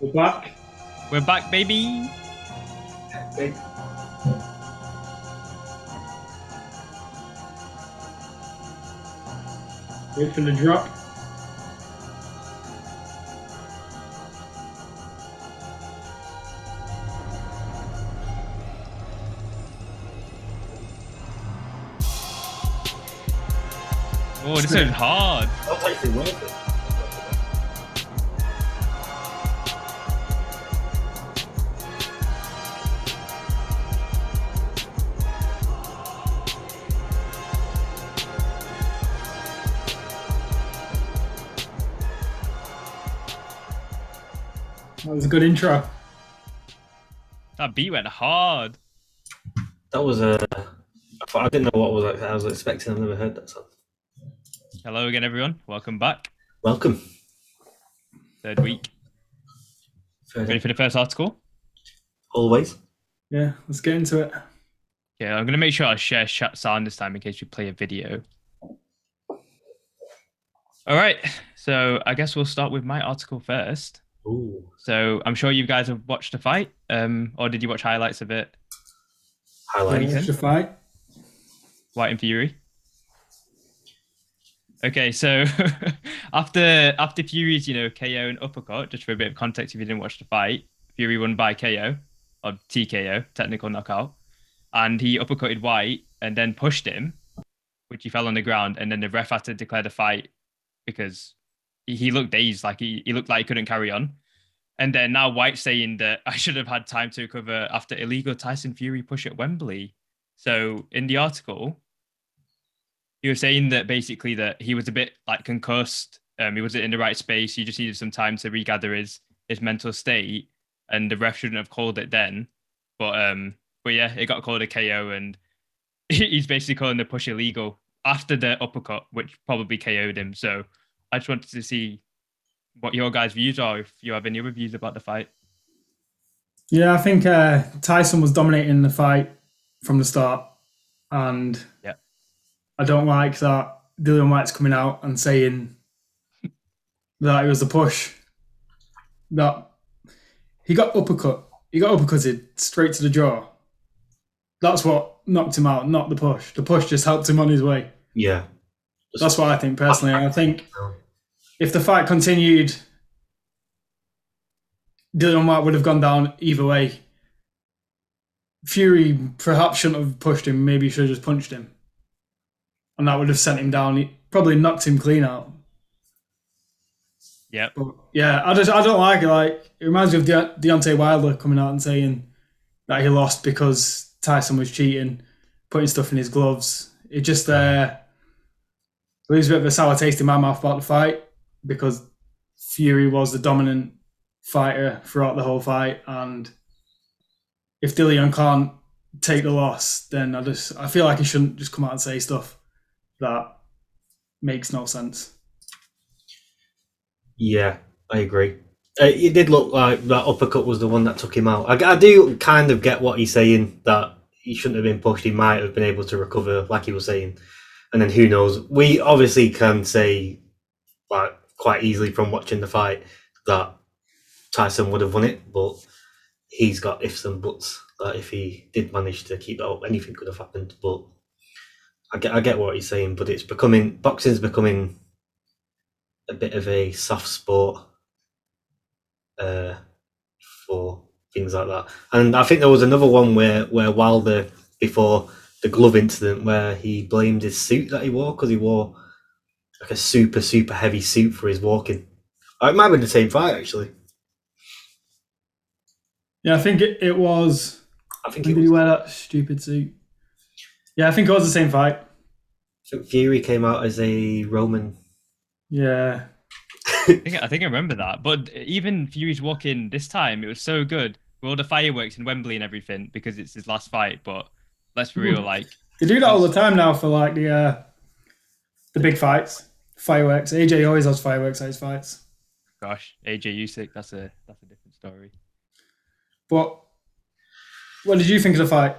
We're back. We're back, baby. Wait for the drop. Oh, this is hard. That's actually worth it. That was a good intro. That beat went hard. That was a. I didn't know what was like. I was expecting. I've never heard that song. Hello again, everyone. Welcome back. Welcome. Third week. Fair Ready enough. for the first article? Always. Yeah, let's get into it. Okay, I'm gonna make sure I share chat sound this time in case we play a video. All right. So I guess we'll start with my article first. Ooh. So I'm sure you guys have watched the fight, um, or did you watch highlights of it? Highlight. Anything? Extra fight. White and Fury. Okay, so after after Fury's, you know, KO and uppercut, just for a bit of context if you didn't watch the fight, Fury won by KO or TKO, technical knockout. And he uppercutted White and then pushed him, which he fell on the ground, and then the ref had to declare the fight because he, he looked dazed, like he, he looked like he couldn't carry on. And then now White saying that I should have had time to recover after illegal Tyson Fury push at Wembley. So in the article, he was saying that basically that he was a bit like concussed. Um, he wasn't in the right space. He just needed some time to regather his his mental state, and the ref shouldn't have called it then. But um, but yeah, it got called a KO, and he's basically calling the push illegal after the uppercut, which probably KO'd him. So I just wanted to see what your guys' views are. If you have any other views about the fight, Yeah, I think uh, Tyson was dominating the fight from the start, and Yeah. I don't like that Dillian White's coming out and saying that it was a push. That he got uppercut. He got uppercutted straight to the jaw. That's what knocked him out, not the push. The push just helped him on his way. Yeah. That's what I think personally. And I think if the fight continued, Dillian White would have gone down either way. Fury perhaps shouldn't have pushed him. Maybe he should have just punched him, and that would have sent him down. He probably knocked him clean out. yeah, But yeah, I just I don't like it. Like it reminds me of De- Deontay Wilder coming out and saying that he lost because Tyson was cheating, putting stuff in his gloves. It just uh, leaves a bit of a sour taste in my mouth about the fight because Fury was the dominant fighter throughout the whole fight, and if Dillian can't take the loss, then I just I feel like he shouldn't just come out and say stuff that makes no sense. Yeah, I agree. Uh, it did look like that uppercut was the one that took him out. I, I do kind of get what he's saying that he shouldn't have been pushed. He might have been able to recover, like he was saying. And then who knows? We obviously can say, like, quite easily from watching the fight that Tyson would have won it, but he's got ifs and buts. That if he did manage to keep that up, anything could have happened. But I get, I get what he's saying. But it's becoming boxing's becoming a bit of a soft sport uh, for things like that. And I think there was another one where where Wilder before the glove incident where he blamed his suit that he wore because he wore like a super super heavy suit for his walking. Oh, It might have been the same fight actually. Yeah, I think it, it was. I think When it did he was, wear that stupid suit? Yeah, I think it was the same fight. I think Fury came out as a Roman. Yeah. I think I think I remember that. But even Fury's walk in this time, it was so good with all the fireworks in Wembley and everything because it's his last fight. But let's be real, like They do that all the time now for like the uh, the big fights. Fireworks. AJ always has fireworks at his fights. gosh, AJ Usyk, that's a that's a different story. But what did you think of the fight?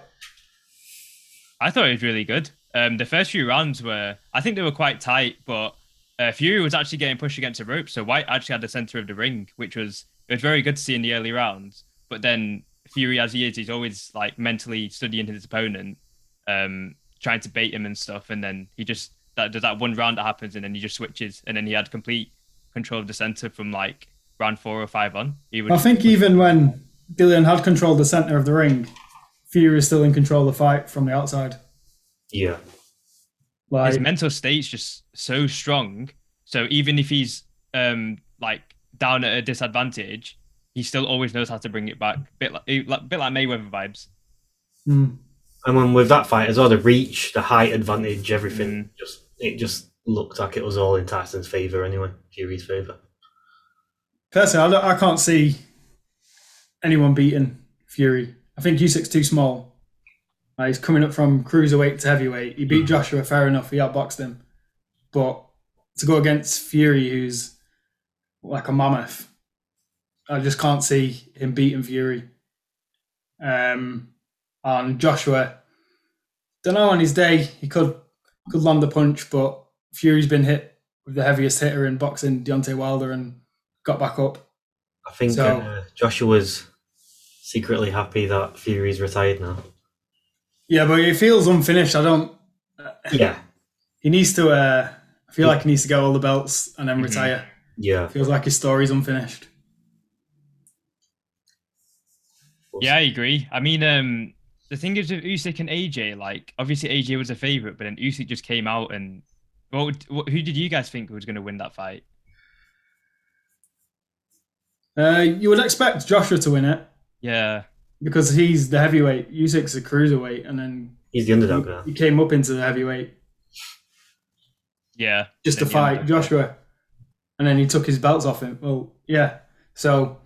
I thought it was really good. Um, the first few rounds were, I think they were quite tight, but uh, Fury was actually getting pushed against the rope. So White actually had the center of the ring, which was It was very good to see in the early rounds, but then Fury, as he is, he's always like mentally studying his opponent, um, trying to bait him and stuff, and then he just that does that one round that happens, and then he just switches, and then he had complete control of the center from like round four or five on. He would I think even when Dillian had controlled the centre of the ring, Fury is still in control of the fight from the outside. Yeah. Like his mental state's just so strong. So even if he's um like down at a disadvantage, he still always knows how to bring it back. Bit like, eh, like bit like Mayweather vibes. mm, And then with that fight as well, the reach, the height advantage, everything just it just looked like it was all in Tyson's favour anyway, Fury's favour. personally, I, don't- I can't see anyone beating Fury. I think Usyk's too small. Like, he's coming up from cruiserweight to heavyweight. He beat Joshua, fair enough. He outboxed him, but to go against Fury, who's like a mammoth, I just can't see him beating Fury. Um, and Joshua, don't know on his day he could could land the punch, but Fury's been hit with the heaviest hitter in boxing, Deontay Wilder, and got back up. I think So- uh, Joshua's secretly happy that Fury's retired now. Yeah, but it feels unfinished. I don't. Yeah. He needs to. Uh, I feel like he needs to go all the belts and then Mhm. retire. Yeah. Feels like his story's unfinished. Yeah, I agree. I mean, um, the thing is with Usyk and AJ, like obviously AJ was a favorite, but then Usyk just came out and what? Would, what who did you guys think was going to win that fight? Uh, you would expect Joshua to win it Yeah, because he's the heavyweight. Usyk's a cruiserweight, and then He's the underdog now. he came up into the heavyweight yeah. just to Then the fight underdog. Joshua, and then he took his belts off him. Well, yeah. So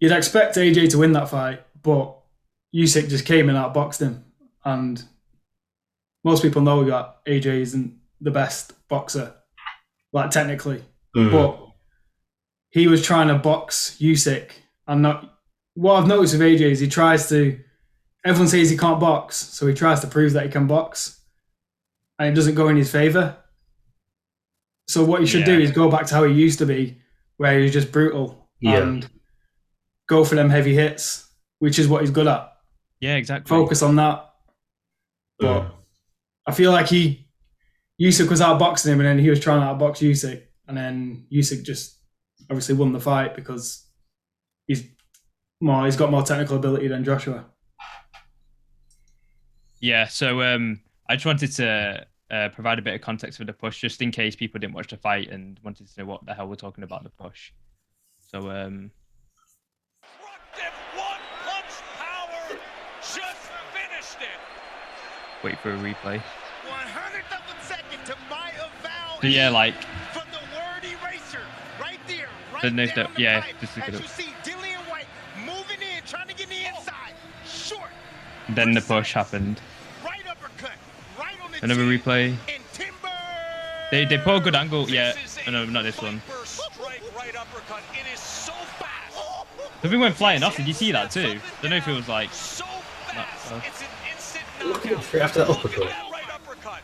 you'd expect AJ to win that fight, but Usyk just came and outboxed him, and most people know that AJ isn't the best boxer, like technically, Mm. but he was trying to box Usyk, and not. What I've noticed with AJ is he tries to. Everyone says he can't box, so he tries to prove that he can box, and it doesn't go in his favor. So what you should do Yeah. is go back to how he used to be, where he was just brutal Yeah. and go for them heavy hits, which is what he's good at. Yeah, exactly. Focus on that. Mm. I feel like he Usyk was outboxing him, and then he was trying to outbox Usyk, and then Usyk just obviously won the fight because he's more he's got more technical ability than Joshua. Yeah, so um, I just wanted to uh, provide a bit of context for the push, just in case people didn't watch the fight and wanted to know what the hell we're talking about the push. So um, Rocked him. One punch power just finished it. wait for a replay. 100th of a second to my avowal. So yeah, like from the word eraser, right there, right Then there's down the- the yeah, pipe. just look it As up. you see Dillian White moving in, trying to get in the inside, short, then the push happened. right uppercut, right on the Another chin, replay. And timber. They they pull a good angle. Yeah, This is oh, a no, not this one. bumper strike right uppercut. It is so fast. Something went flying off. Did you see that too? Don't know if it was like So fast. uh, It's an instant Look at knockout. straight after that Look at uppercut. that right uppercut.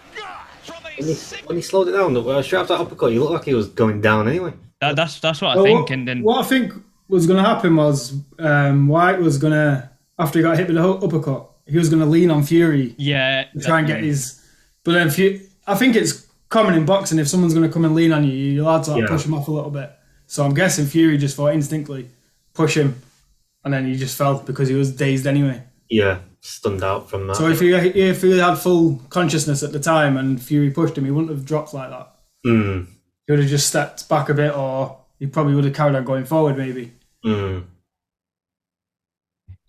From a When he, single- when he slowed it down, though, uh, straight after that uppercut, he looked like he was going down anyway. that, that's that's what I Well, think. what- And then what I think was going to happen was um, White was going to after he got hit with the hu- uppercut, he was going to lean on Fury yeah, to try and get his. But then Fu I think it's common in boxing if someone's going to come and lean on you, you're allowed to like, Yeah. push him off a little bit. So I'm guessing Fury just thought instinctively push him, and then he just fell because he was dazed anyway. Yeah, stunned out from that. So if he if he had full consciousness at the time and Fury pushed him, he wouldn't have dropped like that. Mm, He would have just stepped back a bit, or he probably would have carried on going forward. Maybe mm.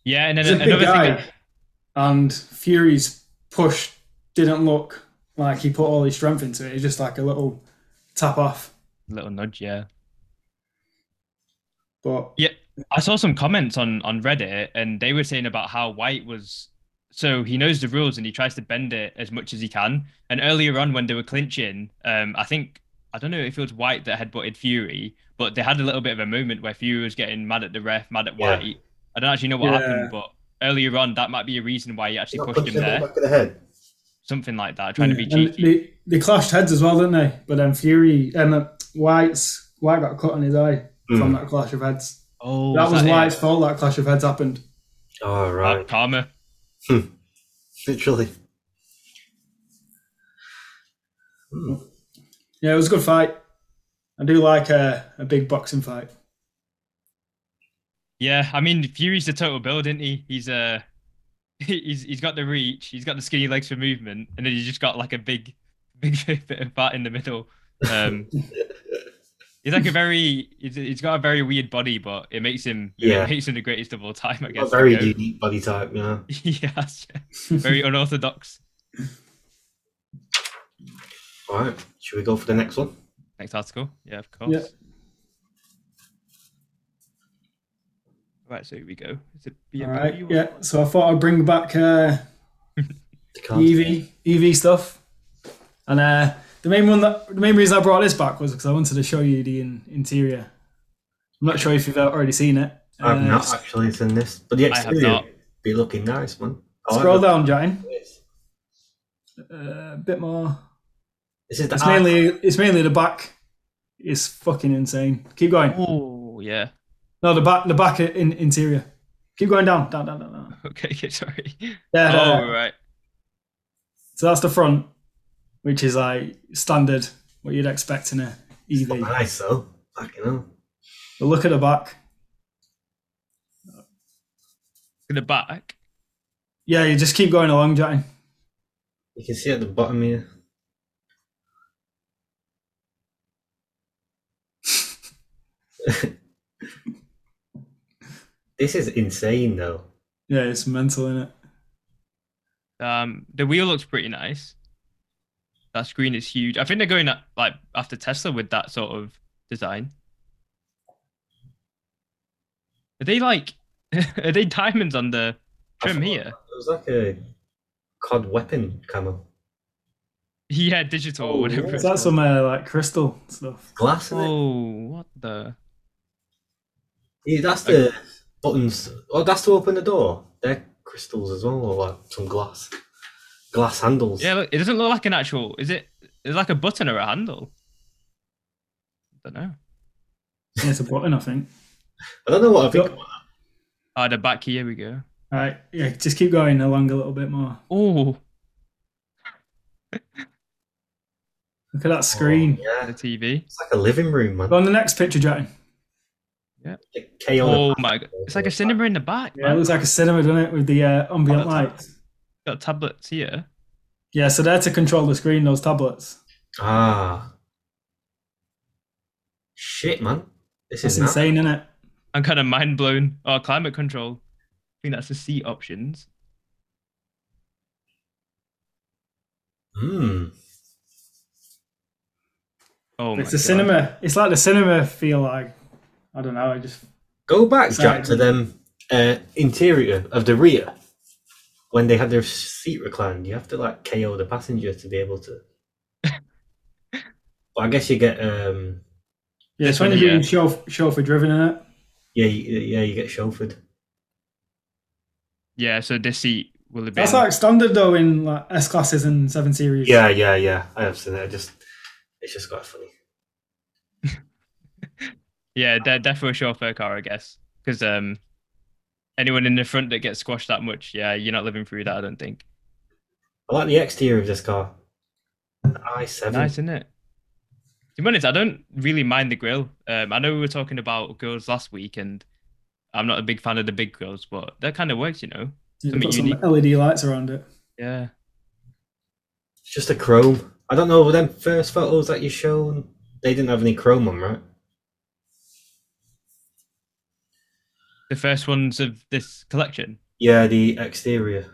yeah, and then he's a big another guy, thing. and Fury's push didn't look like he put all his strength into it. It was just like a little tap off. Little nudge, yeah. But I saw some comments on on Reddit, and they were saying about how White was so he knows the rules and he tries to bend it as much as he can. And earlier on, when they were clinching, um, I think I don't know if it was White that had butted Fury, but they had a little bit of a moment where Fury was getting mad at the ref, mad at Yeah. White. I don't actually know what Yeah. happened, but earlier on, that might be a reason why he actually Not pushed him punching there, the back of the head. something like that, trying to be Yeah, and cheeky. They, they clashed heads as well, didn't they? But then Fury, um, White's White got cut on his eye. from Mm. that clash of heads. Oh, that was it? why it's fault that clash of heads happened. All Ah, right, Karma. literally. Yeah, it was a good fight. I do like a, a big boxing fight. Yeah, I mean Fury's the total build, isn't he? He's uh he's he's got the reach, he's got the skinny legs for movement, and then he's just got like a big big bit of fat in the middle. Um He's like a very he's, he's got a very weird body, but it makes him yeah. Yeah. it makes him the greatest of all time, I A guess. very you know? unique body type, you know. yes. Very unorthodox. All right, should we go for the next one? Next article. Yeah, of course. Yeah. Right, so here we go. Is it All BMW? right, or- yeah. So I thought I'd bring back uh, The the card. EV EV stuff, and uh, the main one that the main reason I brought this back was because I wanted to show you the in, interior. I'm not sure if you've uh, already seen it. I've Uh, not actually seen this, but the I have exterior not. be looking nice, man. I like Scroll the- down, Jane. This Uh, a bit more. This is the It's art- mainly it's mainly the back. It's fucking insane. Keep going. Oh yeah. No, the back the back in interior. Keep going down, down, down, down, down. Okay, okay, sorry. Yeah, oh right. So that's the front, which is like standard what you'd expect in a look EV. nice though. Fucking hell. But look at the back. In the back. Yeah, you just keep going along, Jane. You can see at the bottom here. this is insane though. Yeah, it's mental in it. Um, the wheel looks pretty nice. That screen is huge. I think they're going at, like after Tesla with that sort of design. Are they like? are they diamonds on the trim I thought here? It was like a COD weapon camo. Yeah, digital. Oh, or whatever. yeah. it's Is that called. some uh, like crystal stuff? Glass in it. Oh, what the? Yeah, that's the buttons. Oh, that's to open the door. They're crystals as well, or like some glass. Glass handles. Yeah, look, it doesn't look like an actual. Is it? It's like a button or a handle. I don't know. Yeah, it's a button, I think. I don't know what I think. Yep. about that. Ah, the back here we go. All right, yeah, just keep going along a little bit more. Oh, Look at that screen. the Yeah, TV. it's like a living room, man. Go on the next picture, Jane. The K on the Oh back. my god, it's like a cinema in the back. Yeah, it man. looks like a cinema, doesn't it, with the uh, ambient Oh, that's- lights? Got tablets here. Yeah, so they're to control the screen, those tablets. Ah. Shit, man. This It's is nuts. insane, isn't it? I'm kind of mind blown. Oh, climate control. I think that's the C options. Mm. Oh, my it's a God. cinema. It's like the cinema feel like. I don't know. I just Go back, Sorry. Jack, to them uh, interior of the rear when they had their seat reclined. You have to like KO the passenger to be able to. but I guess you get um yeah. It's This when one, you're yeah. being chauff- chauffeur driven in it. yeah you, yeah you get chauffeured. Yeah, so this seat will have been. That's like standard though in like S classes and seven series. Yeah, yeah, yeah. I have seen it. I just it's just quite funny. Yeah, they're definitely a chauffeur car, I guess. Because um, anyone in the front that gets squashed that much, yeah, you're not living through that, I don't think. I like the exterior of this car. I seven. Nice, isn't it? To be honest, I don't really mind the grill. Um, I know we were talking about girls last week, and I'm not a big fan of the big grills, but that kind of works, you know? You Something put some unique. LED lights around it. Yeah. It's just a chrome. I don't know. Were them first photos that you shown? They didn't have any chrome on, right? The first ones of this collection. Yeah, the exterior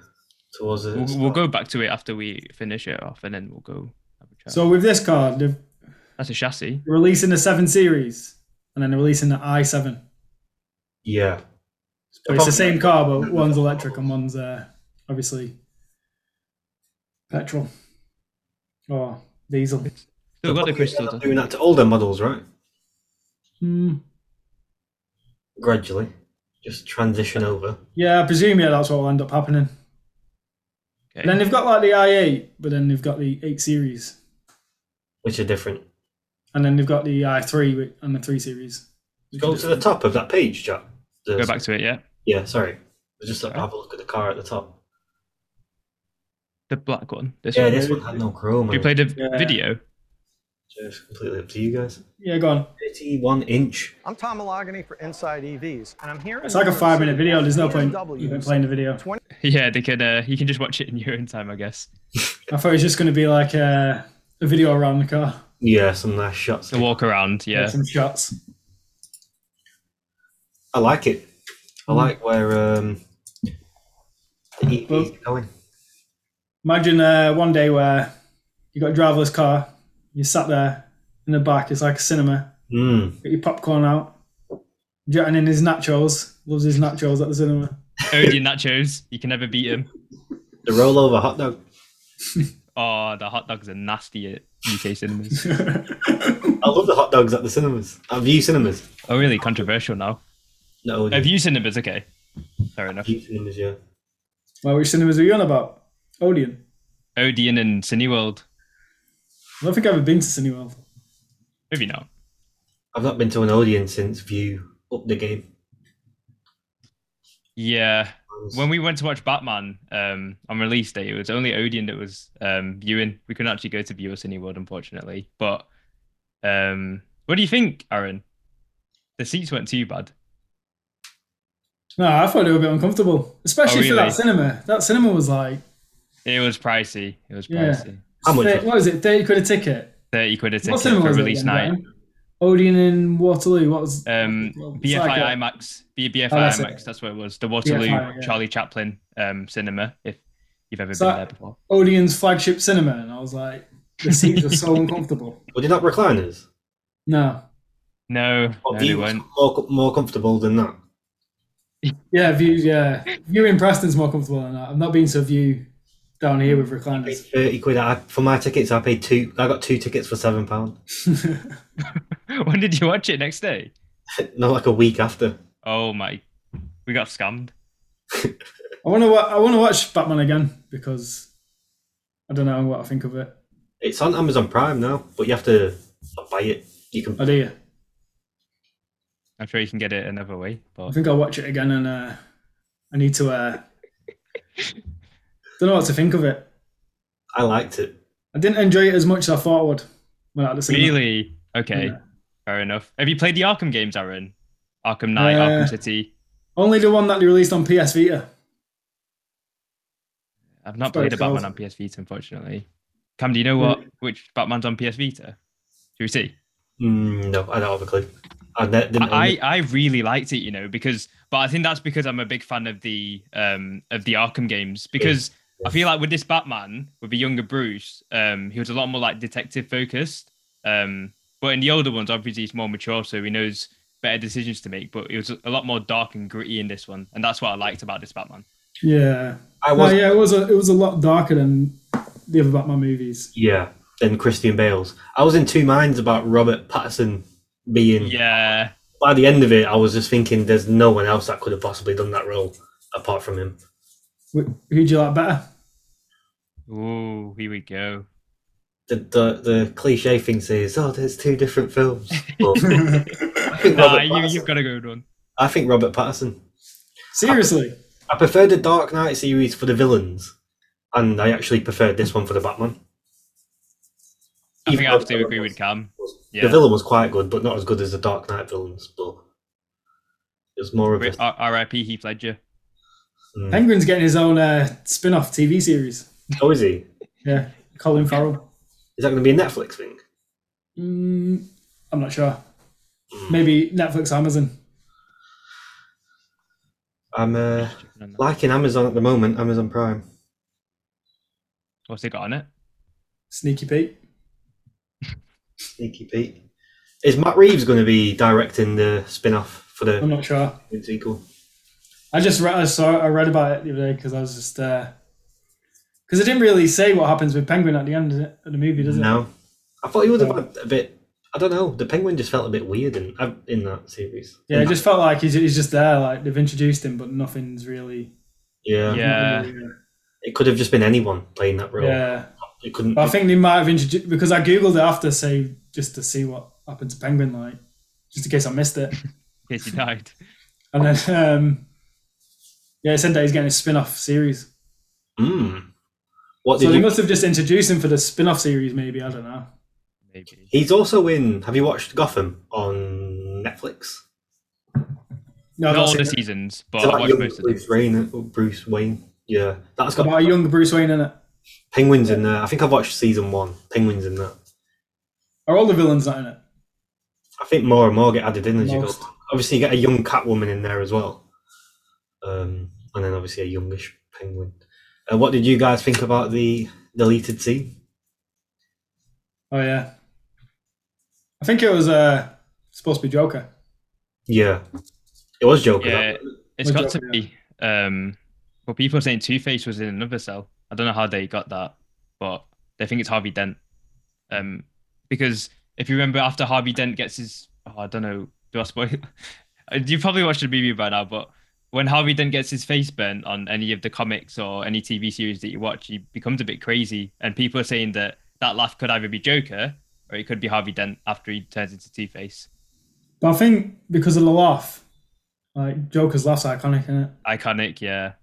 towards the. We'll, we'll go back to it after we finish it off, and then we'll go have a chat. So with this car, they're That's a chassis. releasing the seven series, and then they're releasing the i seven. Yeah. But it's the same car, but one's electric and one's uh, obviously petrol or diesel. Still got the They're crystals. not I think. Doing that to older models, right? Hmm. Gradually, just transition over. Yeah, I presume yeah, that's what will end up happening. Okay. And then they've got like the i8, but then they've got the 8 series, Which are different. and then they've got the i3 wi- and the 3 series. Go to the top of that page, chat. The- Go back to it, yeah. Yeah, sorry. I just Sorry. have a look at the car at the top. The black one. This Yeah, one. this one had no chrome. We on it. played a Yeah. video. It's completely up to you guys. Yeah, go on. 31 inch. I'm Tom Malagany for Inside EVs, and I'm here. in It's like a New York five minute City video. There's no at point BMW. even playing the video. Yeah, they could. Uh, you can just watch it in your own time, I guess. I thought it was just going to be like a, a video around the car, Yeah, some nice shots. The walk around. Yeah. some shots. I like it. Mm. I like where um, the EP is going. Imagine uh, one day where you got a driverless car, you sat there in the back, it's like a cinema, Mm. get your popcorn out, jetting in his nachos, loves his nachos at the cinema. Odie nachos. You can never beat him. The rollover hot dog. Oh, the hot dogs are nasty at UK cinemas. I love the hot dogs at the cinemas. At View Cinemas. oh, really controversial now. No, Uh, view cinemas, okay. Fair enough. View Cinemas, yeah. Well, which cinemas are you on about? Odeon. Odeon and Cineworld. I don't think I've ever been to Cineworld. Maybe not. I've not been to an Odeon since View up the game. Yeah. When we went to watch Batman um, on release day, it was only Odeon that was um, viewing. We couldn't actually go to View or Cineworld, unfortunately. But um, what do you think, Aaron? The seats weren't too bad. No, I thought they were a bit uncomfortable, especially for Oh, really? that cinema. That cinema was like, It was pricey. It was Yeah. pricey. How much thir- was it? what is it, 30 quid a ticket? 30 quid a ticket What cinema for was it release again, night. Brian? Odeon in Waterloo. What was Um, Well, it's BFI like a- IMAX, B- BFI Oh, that's it. IMAX, that's what it was. The Waterloo yeah. Charlie Chaplin um, cinema, if you've ever So- been there before. Odeon's flagship cinema? And I was like, the seats were so uncomfortable. Were they not recliners? No, No, Or no they View was weren't. more, co- more comfortable than that? yeah, view. Yeah, view in Preston's more comfortable than that. I've not been to view down here with paid recliners. thirty quid. I, for my tickets, I paid two. I got two tickets for seven pound. when did you watch it next day? Not like a week after. Oh my, we got scammed. I want to. Wa- I want to watch Batman again because I don't know what I think of it. It's on Amazon Prime now, but you have to buy it. You can. I Oh, do. I'm sure you can get it another way. I But think I'll watch it again, and uh, I need to. Uh, don't know what to think of it. I liked it. I didn't enjoy it as much as I thought I would. When at the cinema. really, okay, Yeah. fair enough. Have you played the Arkham games, Aaron? Arkham Knight, Uh, Arkham City. Only the one that they released on PS Vita. I've not sorry, played a Batman Charles. on PS Vita, unfortunately. Cam, do you know what which Batman's on PS Vita? Do we see? Mm, no, I don't have a clue. I ne- didn't. I, I I really liked it, you know, because but I think that's because I'm a big fan of the um of the Arkham games because I feel like with this Batman with the younger Bruce, um, he was a lot more like detective focused. Um, but in the older ones, obviously he's more mature, so he knows better decisions to make. But it was a lot more dark and gritty in this one, and that's what I liked about this Batman. Yeah. I No, was. yeah. yeah, it was a it was a lot darker than the other Batman movies. Then Christian Bale's. I was in two minds about Robert Patterson being. Yeah, By the end of it, I was just thinking, there's no one else that could have possibly done that role apart from him. Wh- Who do you like better? ooh, here we go. The the, the cliche thing says, "Oh, there's two different films." But I think Nah, Robert you, Patterson- you've got a good one. I think Robert Patterson. Seriously, I prefer the Dark Knight series for the villains, and I actually preferred this one for the Batman. I think I have Even to though agree with Cam. The Yeah, villain was quite good, but not as good as the Dark Knight villains. But it was more of a. R- R.I.P. Heath Ledger. Mm. Penguin's getting his own uh, spin-off TV series. Oh, is he? Yeah, Colin Farrell. Is that going to be a Netflix thing? Mm, I'm not sure. Maybe Netflix, Amazon. I'm uh, liking Amazon at the moment. Amazon Prime. What's he got on it? Sneaky Pete. Sneaky Pete. Is Matt Reeves going to be directing the spin-off for I'm the not sure. sequel? I just read, I saw I read about it the other day because I was just because it didn't really say what happens with Penguin at the end of the of the movie, does it? No, I thought he would have No. had a bit. I don't know. The Penguin just felt a bit weird in uh, in that series. Yeah, it just felt like he's, he's just there, like they've introduced him, but nothing's really. yeah. Yeah. nothing really, uh, It could have just been anyone playing that role. yeah. It couldn't. But I think they might have introduced because I googled it after, say, just to see what happened to Penguin, like just in case I missed it. in case he died. And then, um, yeah, Sendai's getting a spin off series. Mm. What So did they you? must have just introduced him for the spin off series, maybe. I don't know. Maybe. He's also in. Have you watched Gotham on Netflix? No, I've Not not all seen the it. seasons, but It's I about watched young most of them. Bruce Wayne. Bruce Wayne. Yeah, that's It's about got a young Bruce Wayne in it. penguins in there. I think I've watched season one. Penguins in that. Are all the villains not in it? I think more and more get added in as you Most. go. Obviously, you get a young Catwoman in there as well, um, and then obviously a youngish Penguin. Uh, what did you guys think about the deleted scene? Oh yeah. I think it was uh, supposed to be Joker. Yeah, it was Joker. that- Yeah, it's Good got to job, be. Um, but people are saying Two Face was in another cell. I don't know how they got that, but they think it's Harvey Dent. Um, because if you remember, after Harvey Dent gets his, oh, I don't know, do I spoil? you probably watched the movie by now, but when Harvey Dent gets his face burnt on any of the comics or any TV series that you watch, he becomes a bit crazy, and people are saying that that laugh could either be Joker or it could be Harvey Dent after he turns into Two Face. But I think because of the laugh, like Joker's laugh's iconic in it. Iconic, yeah.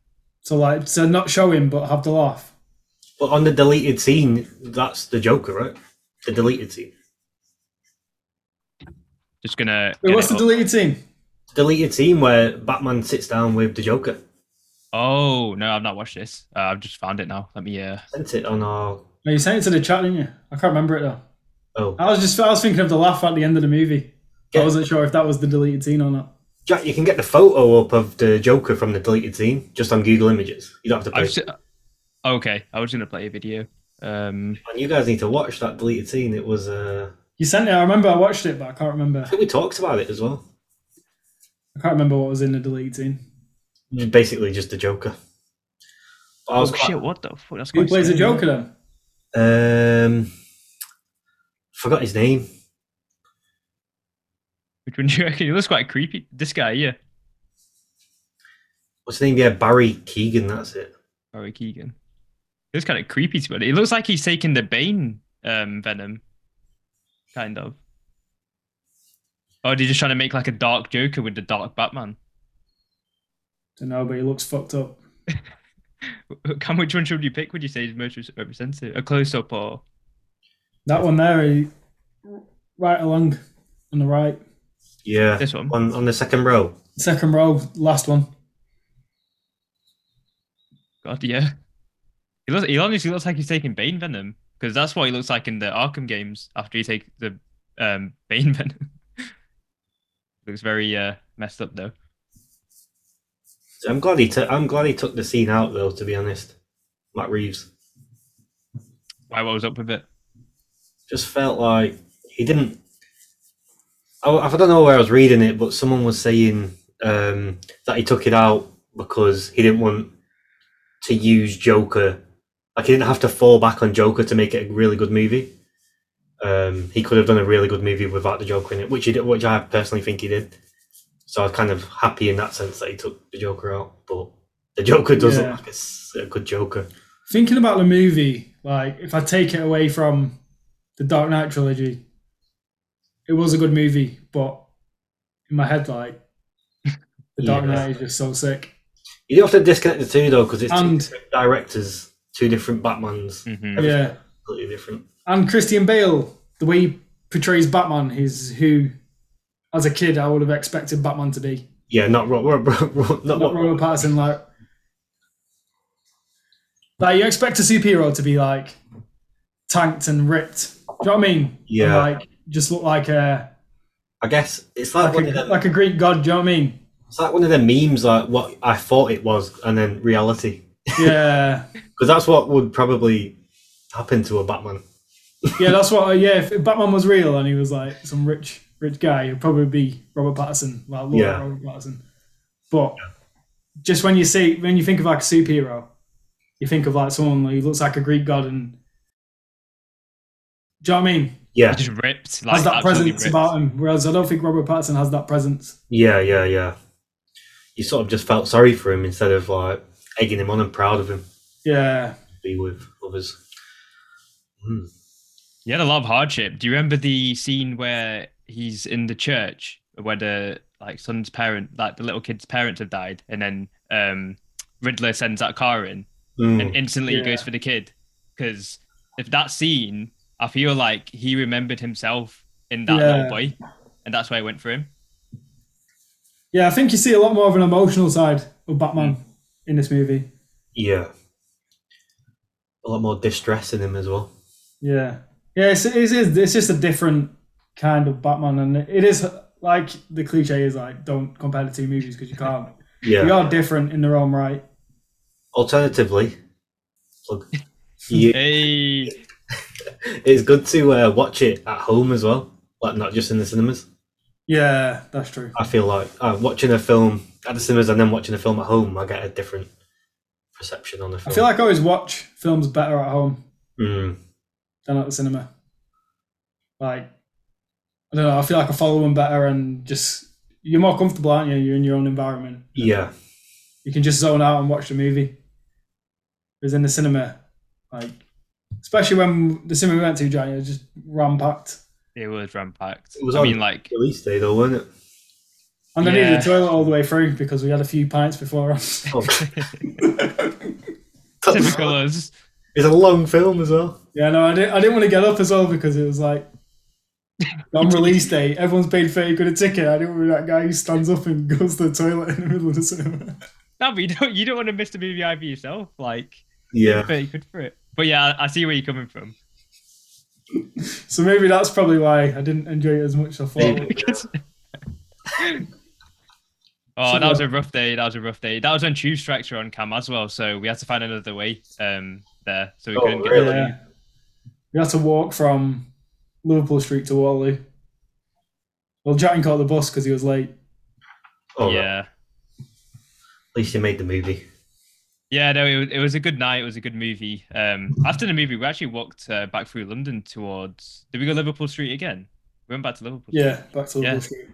So like to not show him but have the laugh. But on the deleted scene, that's the Joker, right? The deleted scene. Just gonna. Wait, get what's it the up. deleted scene? Deleted scene where Batman sits down with the Joker. Oh no, I've not watched this. Uh, I've just found it now. Let me. Uh, Sent it on our. No, you sent it to the chat, didn't you? I can't remember it though. Oh, I was just I was thinking of the laugh at the end of the movie. I Yeah. wasn't sure if that was the deleted scene or not. Jack, you can get the photo up of the Joker from the deleted scene just on Google Images. You don't have to play. I've se- oh, okay, I was gonna play a video. Um, And you guys need to watch that deleted scene. It was. Uh, You sent it. I remember I watched it, but I can't remember. I think we talked about it as well. I can't remember what was in the deleted scene. Basically, just the Joker. But I oh was quite- shit! What the fuck? That's Who quite plays the scary. Joker then? Um, forgot his name. Which one do you reckon? He looks quite creepy. This guy, yeah, What's his name? Yeah, Barry Keegan. That's it. Barry Keegan. He looks kind of creepy to it. It looks like he's taking the Bane um, venom, kind of. Oh, they're just trying to make like a dark Joker with the dark Batman. Don't know, but he looks fucked up. Can which one should you pick? Would you say is most representative? A close up or That one there, he, right along on the right, Yeah. this one? On on the second row. second row, last one. God, yeah. He looks. He honestly looks like he's taking Bane venom because that's what he looks like in the Arkham games after he takes the um, Bane venom. looks very uh, messed up though. I'm glad he. i I'm glad he took the scene out though. To be honest, Matt Reeves Why? What was up with it? just felt like he didn't. I, I don't know where I was reading it, but someone was saying um, that he took it out because he didn't want to use Joker. Like he didn't have to fall back on Joker to make it a really good movie. Um, he could have done a really good movie without the Joker in it, which he did, which I personally think he did. So I was kind of happy in that sense that he took the Joker out, but the Joker does Yeah. look like a, s- a good Joker. Thinking about the movie, like if I take it away from the Dark Knight trilogy, it was a good movie, but in my head, like the Dark Yeah. Knight is just so sick. You do have to disconnect the two though, because it's two And- different directors, two different Batmans, Mm-hmm. Yeah, completely different. and Christian Bale, the way he portrays Batman is who, as a kid, I would have expected Batman to be. Yeah, not Ro- Ro- Ro- Ro- not, Not not Robert Pattinson, like. Like you expect a superhero to be like tanked and ripped. Do you know what I mean? Yeah. And, like just look like a I guess it's like, like one of a, them. like a Greek god. Do you know what I mean? it's like one of them memes, like what I thought it was, and then reality, Yeah, because that's what would probably happen to a Batman. yeah. That's what. Yeah, if Batman was real and he was like some rich rich guy, it'd probably be Robert Pattinson, like Lord Yeah. Robert Pattinson. But just when you see when you think of like a superhero, you think of like someone who looks like a Greek god and. Do you know what I mean? Yeah, Just ripped. Like, has that absolutely presence ripped. about him. Whereas I don't think Robert Pattinson has that presence. yeah, yeah, yeah. You sort of just felt sorry for him instead of like egging him on and proud of him. Yeah. to Be with others. Mm. He had a lot of hardship. Do you remember the scene where he's in the church where the like son's parent, like the little kid's parents have died, and then um, Riddler sends that car in, and Hmm. Mm. instantly Yeah. he goes for the kid because if that scene, I feel like he remembered himself in that Yeah. little boy, and that's why I went for him. Yeah, I think you see a lot more of an emotional side of Batman in this movie. Yeah. A lot more distress in him as well. Yeah, yeah, it's it's, it's, it's just a different kind of Batman, and it is like the cliche is like don't compare the two movies because you can't. Yeah. They are different in their own right. Alternatively, look, you, Hey, it's good to uh, watch it at home as well, like not just in the cinemas. Yeah, that's true. I feel like uh, watching a film at the cinemas and then watching a film at home, I get a different perception on the I film. feel like I always watch films better at home Mm, than at the cinema. Like, I don't know. I feel like I follow them better, and just you're more comfortable, aren't you? You're in your own environment. yeah, you can just zone out and watch the movie. Whereas in the cinema, like especially when the cinema we went to, Johnny, it was just ram packed, it was ram packed. It was I on- mean, like release day though, wasn't it? and I Yeah. needed a toilet all the way through because we had a few pints before. Oh, typical us. it's a long film as well. yeah, no, I didn't. I didn't want to get up as well because it was like on release day, everyone's paid thirty quid a ticket. I didn't want to be that guy who stands up and goes to the toilet in the middle of the cinema. No, but you don't. You don't want to miss the movie either yourself. Like, Yeah, pretty good for it. But yeah, I I see where you're coming from. So maybe that's probably why I didn't enjoy it as much as I thought. Maybe. Because- oh, that was a rough day. That was a rough day. That was when tube strikes were on cam as well, so we had to find another way um, there, so we Oh, couldn't get. really? Yeah. We had to walk from Liverpool Street to Waterloo. Well, Jack caught the bus because he was late. oh, yeah. yeah, At least you made the movie. yeah. No, it was, it was a good night. It was a good movie. Um, after the movie, we actually walked uh, back through London towards. Did we go Liverpool Street again? We went back to Liverpool. Street. Yeah, back to Liverpool Yeah. Street.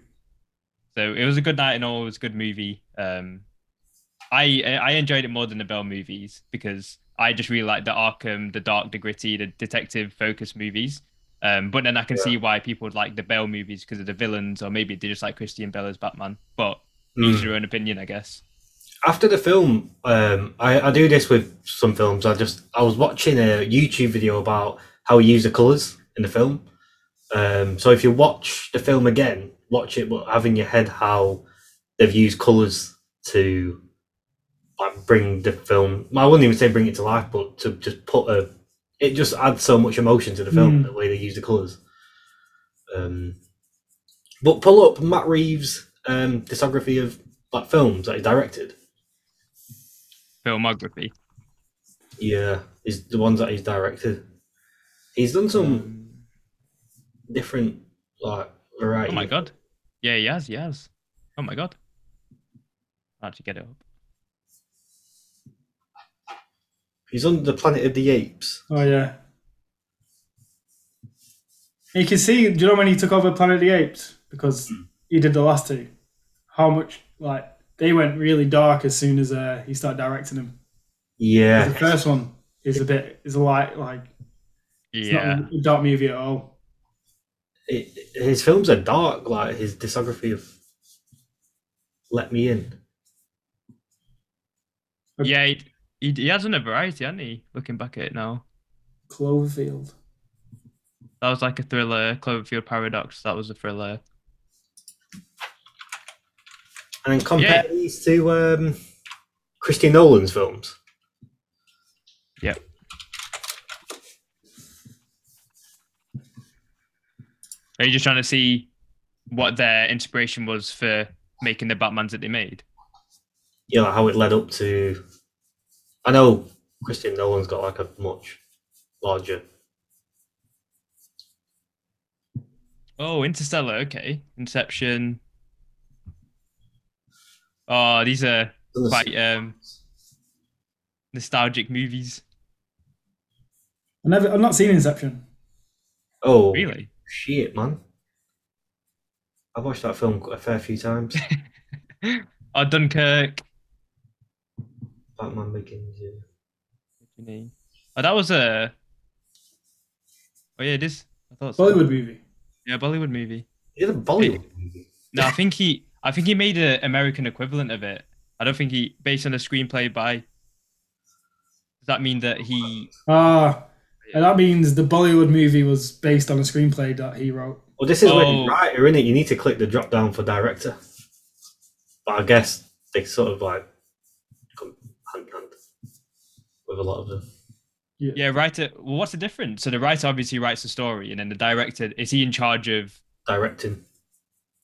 So it was a good night and all. It was a good movie. Um, I I enjoyed it more than the Bell movies because I just really like the Arkham, the dark, the gritty, the detective focused movies. Um, but then I can see why people would like the Bell movies because of the villains, or maybe they just like Christian Bell as Batman. But each Mm. your own opinion, I guess. After the film, um, I, I do this with some films. I just I was watching a YouTube video about how you use the colours in the film. Um, so if you watch the film again, watch it, but have in your head how they've used colours to like bring the film. I wouldn't even say bring it to life, but to just put a. It just adds so much emotion to the film Mm. the way they use the colours. Um, but pull up Matt Reeves' um, discography of like films that he directed. Filmography. Yeah, is the ones that he's directed. He's done some different like variety. Oh my god. Yeah, he has. He has. Oh my god. How'd you get it up? He's on the Planet of the Apes. Oh yeah. You can see. Do you know when he took over Planet of the Apes because he did the last two? How much like they went really dark as soon as uh, he started directing them. The Mm-hmm. Yeah, first one is a bit is a light like it's Yeah. not a dark movie at all. it, his films are dark. Like his discography of Let Me In. Yeah. He, he, he has done a variety, hasn't he? Looking back at it now. Cloverfield. That was like a thriller, Cloverfield Paradox. That was a thriller. And then compare these to um, Christy Nolan's films. Yep. Are you just trying to see what their inspiration was for making the Batmans that they made? You know how it led up to. I know Christian Nolan's got like a much larger. Oh, Interstellar. Okay, Inception. Oh, these are quite um, nostalgic movies. I never. I've not seen Inception. Oh, Really? Shit, man. I've watched that film a fair few times. Oh, Dunkirk. Batman Begins. Yeah. Oh, that was a. Oh yeah, it is. I thought so. Bollywood movie. Yeah, Bollywood movie. Is it a Bollywood movie? No, I think he. I think he made an American equivalent of it. I don't think he, based on a screenplay by. Does that mean that he? Ah, and that means the Bollywood movie was based on a screenplay that he wrote. Well, this is when Oh. you writer, innit? You need to click the drop down for director. But I guess they sort of like come hand in hand with a lot of them. Yeah, writer. Well, what's the difference? So the writer obviously writes the story, and then the director is he in charge of Directing.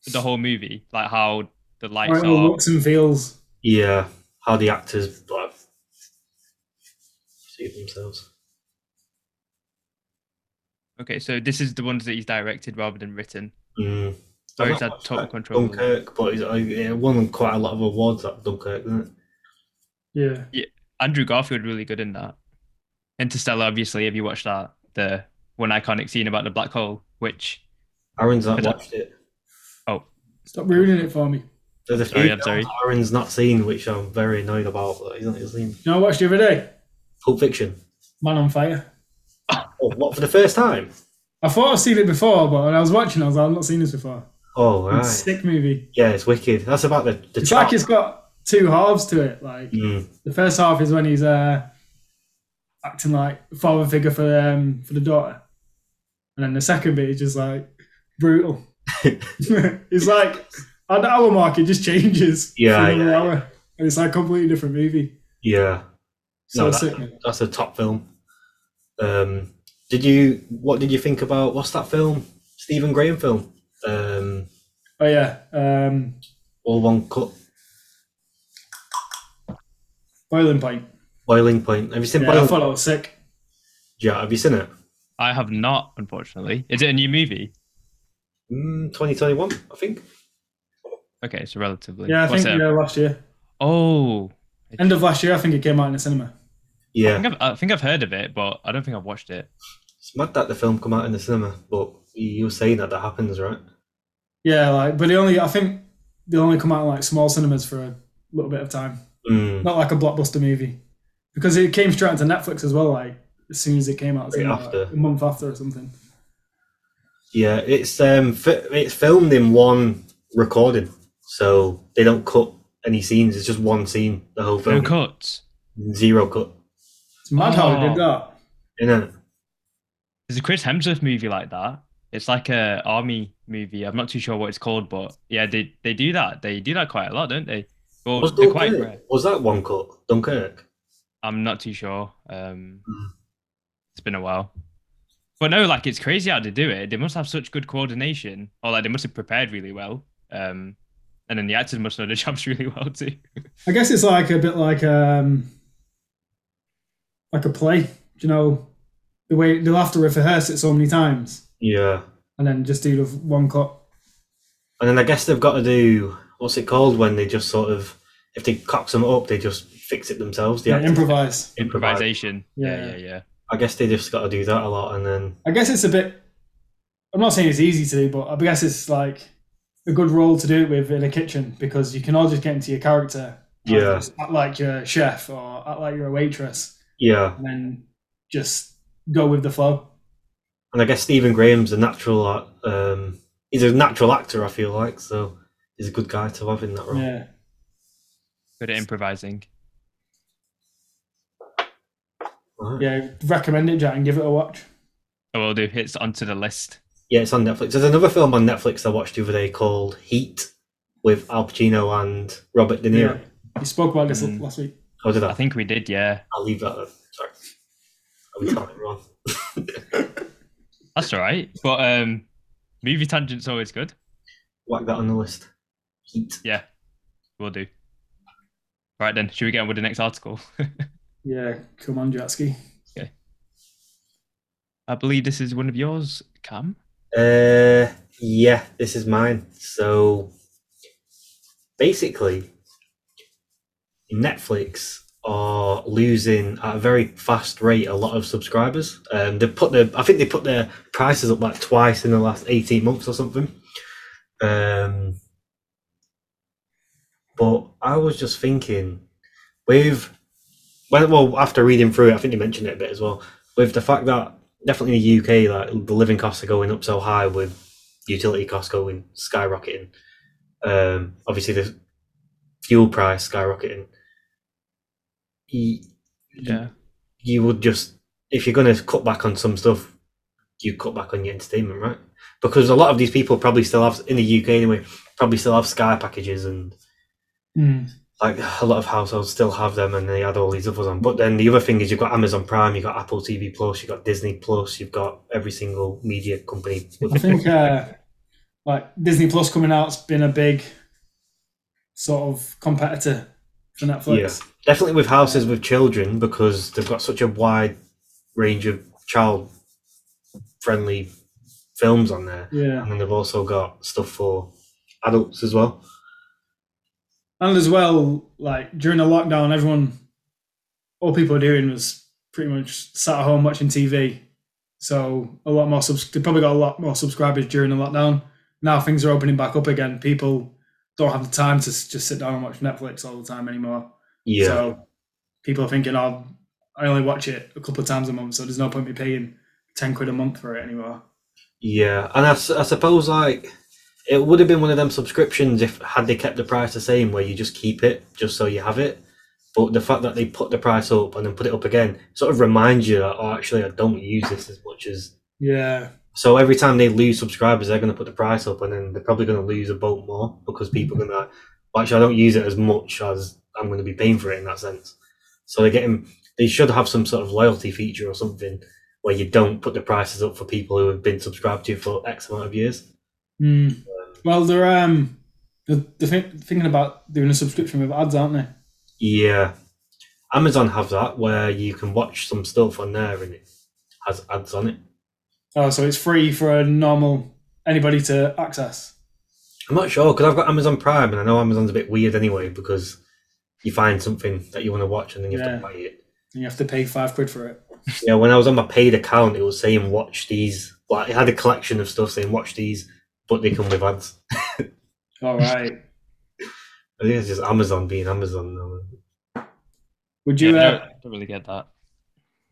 the whole movie, like how the lights Right, well, are. looks and feels. Yeah, how the actors like see themselves. Okay, so this is the ones that he's directed rather than written. Mm. Or I've is not that watched total control? Dunkirk, but it's, uh, it won quite a lot of awards at Dunkirk, didn't it? Yeah. Andrew Garfield really good in that. Interstellar, obviously, if you watch that, the one iconic scene about the black hole, which Aaron's not Is that- watched it. Stop ruining it for me. There's a Sorry, few I'm sorry. films Aaron's not seen, which I'm very annoyed about. that He's not seen You know, what I watched the other day Pulp Fiction. Man on Fire. Oh, what for the first time? I thought I'd seen it before, but when I was watching, I was like, I've not seen this before. Oh It's a right, sick movie. yeah, it's wicked. That's about the the It's child. like it's got two halves to it. Like Mm, the first half is when he's uh, acting like a father figure for um, for the daughter, and then the second bit is just like brutal. it's like an hour mark, it just changes. Yeah, for another yeah, hour, and it's like a completely different movie. yeah, So No, that- sick. man. that's a top film. Um, did you what did you think about what's that film? Stephen Graham film. Um, Oh yeah, um, all one cut. Boiling Point. Boiling Point. Have you seen Yeah, I Boiling? thought that was sick. Yeah, have you seen it? I have not, unfortunately. Is it a new movie? Mm, 2021, I think. Okay, so relatively. Yeah, I What's think it? yeah, last year, Oh, end of last year, I think it came out in the cinema. I Yeah, think, I've, I think I've heard of it, but I don't think I've watched it. it's mad that the film come out in the cinema, but you were saying that that happens, right? Yeah, like, but they only, I think they only come out in like small cinemas for a little bit of time. Mm. Not like a blockbuster movie, because it came straight onto Netflix as well. Like as soon as it came out, it was Right like after. a month after or something. Yeah, it's um, fi- it's filmed in one recording, so they don't cut any scenes. It's just one scene, the whole No film, cuts. zero cut. It's mad how they did Oh. that. Isn't it? There's a Chris Hemsworth movie like that. It's like a army movie. I'm not too sure what it's called, but yeah, they, they do that. They do that quite a lot, don't they? Well, Was, they're quite Dunkirk- rare. was that one cut? Dunkirk. I'm not too sure. Um, Hmm. Mm. It's been a while. But no, like it's crazy how they do it. They must have such good coordination, or like they must have prepared really well. Um, and then the actors must know their jobs really well too. I guess it's like a bit like um, like a play. Do you know the way they'll have to rehearse it so many times Yeah, and then just do the one cut. and then I guess they've got to do what's it called when they just sort of if they cock some up, they just fix it themselves. The Yeah, actors improvise. improvise. Improvisation. Yeah, yeah, Yeah. yeah. I guess they just got to do that a lot, and then I guess it's a bit. I'm not saying it's easy to do, but I guess it's like a good role to do it with in a kitchen because you can all just get into your character. Yeah. Just Act like you're a chef or act like you're a waitress, yeah, and then just go with the flow. and I guess Stephen Graham's a natural. uh, Um, he's a natural actor. I feel like so he's a good guy to have in that role. Yeah. Good at improvising. Right. Yeah. Recommend it, Jack, and give it a watch. I will do. It's onto the list. Yeah, it's on Netflix. There's another film on Netflix I watched the other day called Heat with Al Pacino and Robert De Niro. You spoke about this Mm. last week. How did I that? think we did. Yeah, I'll leave that. there. Sorry, I'll be telling it wrong. that's all right. But um, movie tangent's always good. Whack that on the list. Heat. We'll do. All right then. Should we get on with the next article? Yeah. Come on, Jatsky. I believe this is one of yours, Cam. Uh, yeah, this is mine. So basically, Netflix are losing at a very fast rate a lot of subscribers. Um, they put their, I think they put their prices up like twice in the last eighteen months or something. Um, but I was just thinking, with well, well, after reading through it, I think you mentioned it a bit as well. With the fact that definitely in the UK, like the living costs are going up so high with utility costs going skyrocketing. Um, obviously, the fuel price skyrocketing. You, Yeah. you would just if you're going to cut back on some stuff, you cut back on your entertainment, right? Because a lot of these people probably still have in the UK anyway, probably still have Sky packages and Mm. like a lot of households still have them and they add all these others on. But then the other thing is you've got Amazon Prime, you've got Apple TV Plus, you've got Disney Plus, you've got every single media company. I think uh, like Disney Plus coming out's been a big sort of competitor for Netflix. Definitely with houses with children because they've got such a wide range of child friendly films on there. Yeah. And then they've also got stuff for adults as well. And as well, like during the lockdown, everyone, all people were doing was pretty much sat at home watching TV. So a lot more subs. They probably got a lot more subscribers during the lockdown. Now things are opening back up again. People don't have the time to s- just sit down and watch Netflix all the time anymore. Yeah. So people are thinking, oh, I only watch it a couple of times a month, so there's no point me paying ten quid a month for it anymore. Yeah, and I, s- I suppose like it would have been one of them subscriptions if had they kept the price the same, where you just keep it just so you have it. But the fact that they put the price up and then put it up again sort of reminds you that oh, actually I don't use this as much as. Yeah, So every time they lose subscribers, they're going to put the price up, and then they're probably going to lose a boat more because people are going to well, actually I don't use it as much as I'm going to be paying for it in that sense. So they're getting they should have some sort of loyalty feature or something where you don't put the prices up for people who have been subscribed to you for X amount of years. Mm. Well, they're um, they're, they're think, thinking about doing a subscription with ads, aren't they? Yeah. Amazon have that where you can watch some stuff on there and it has ads on it. Oh, so it's free for a normal anybody to access. I'm not sure because I've got Amazon Prime and I know Amazon's a bit weird anyway because you find something that you want to watch and then you have Yeah. to buy it. And you have to pay five quid for it. Yeah, when I was on my paid account, it was saying watch these. Like it had a collection of stuff saying watch these, but they come with ads. All right. I think it's just Amazon being Amazon. though. Would you Yeah, uh, no, I don't really get that.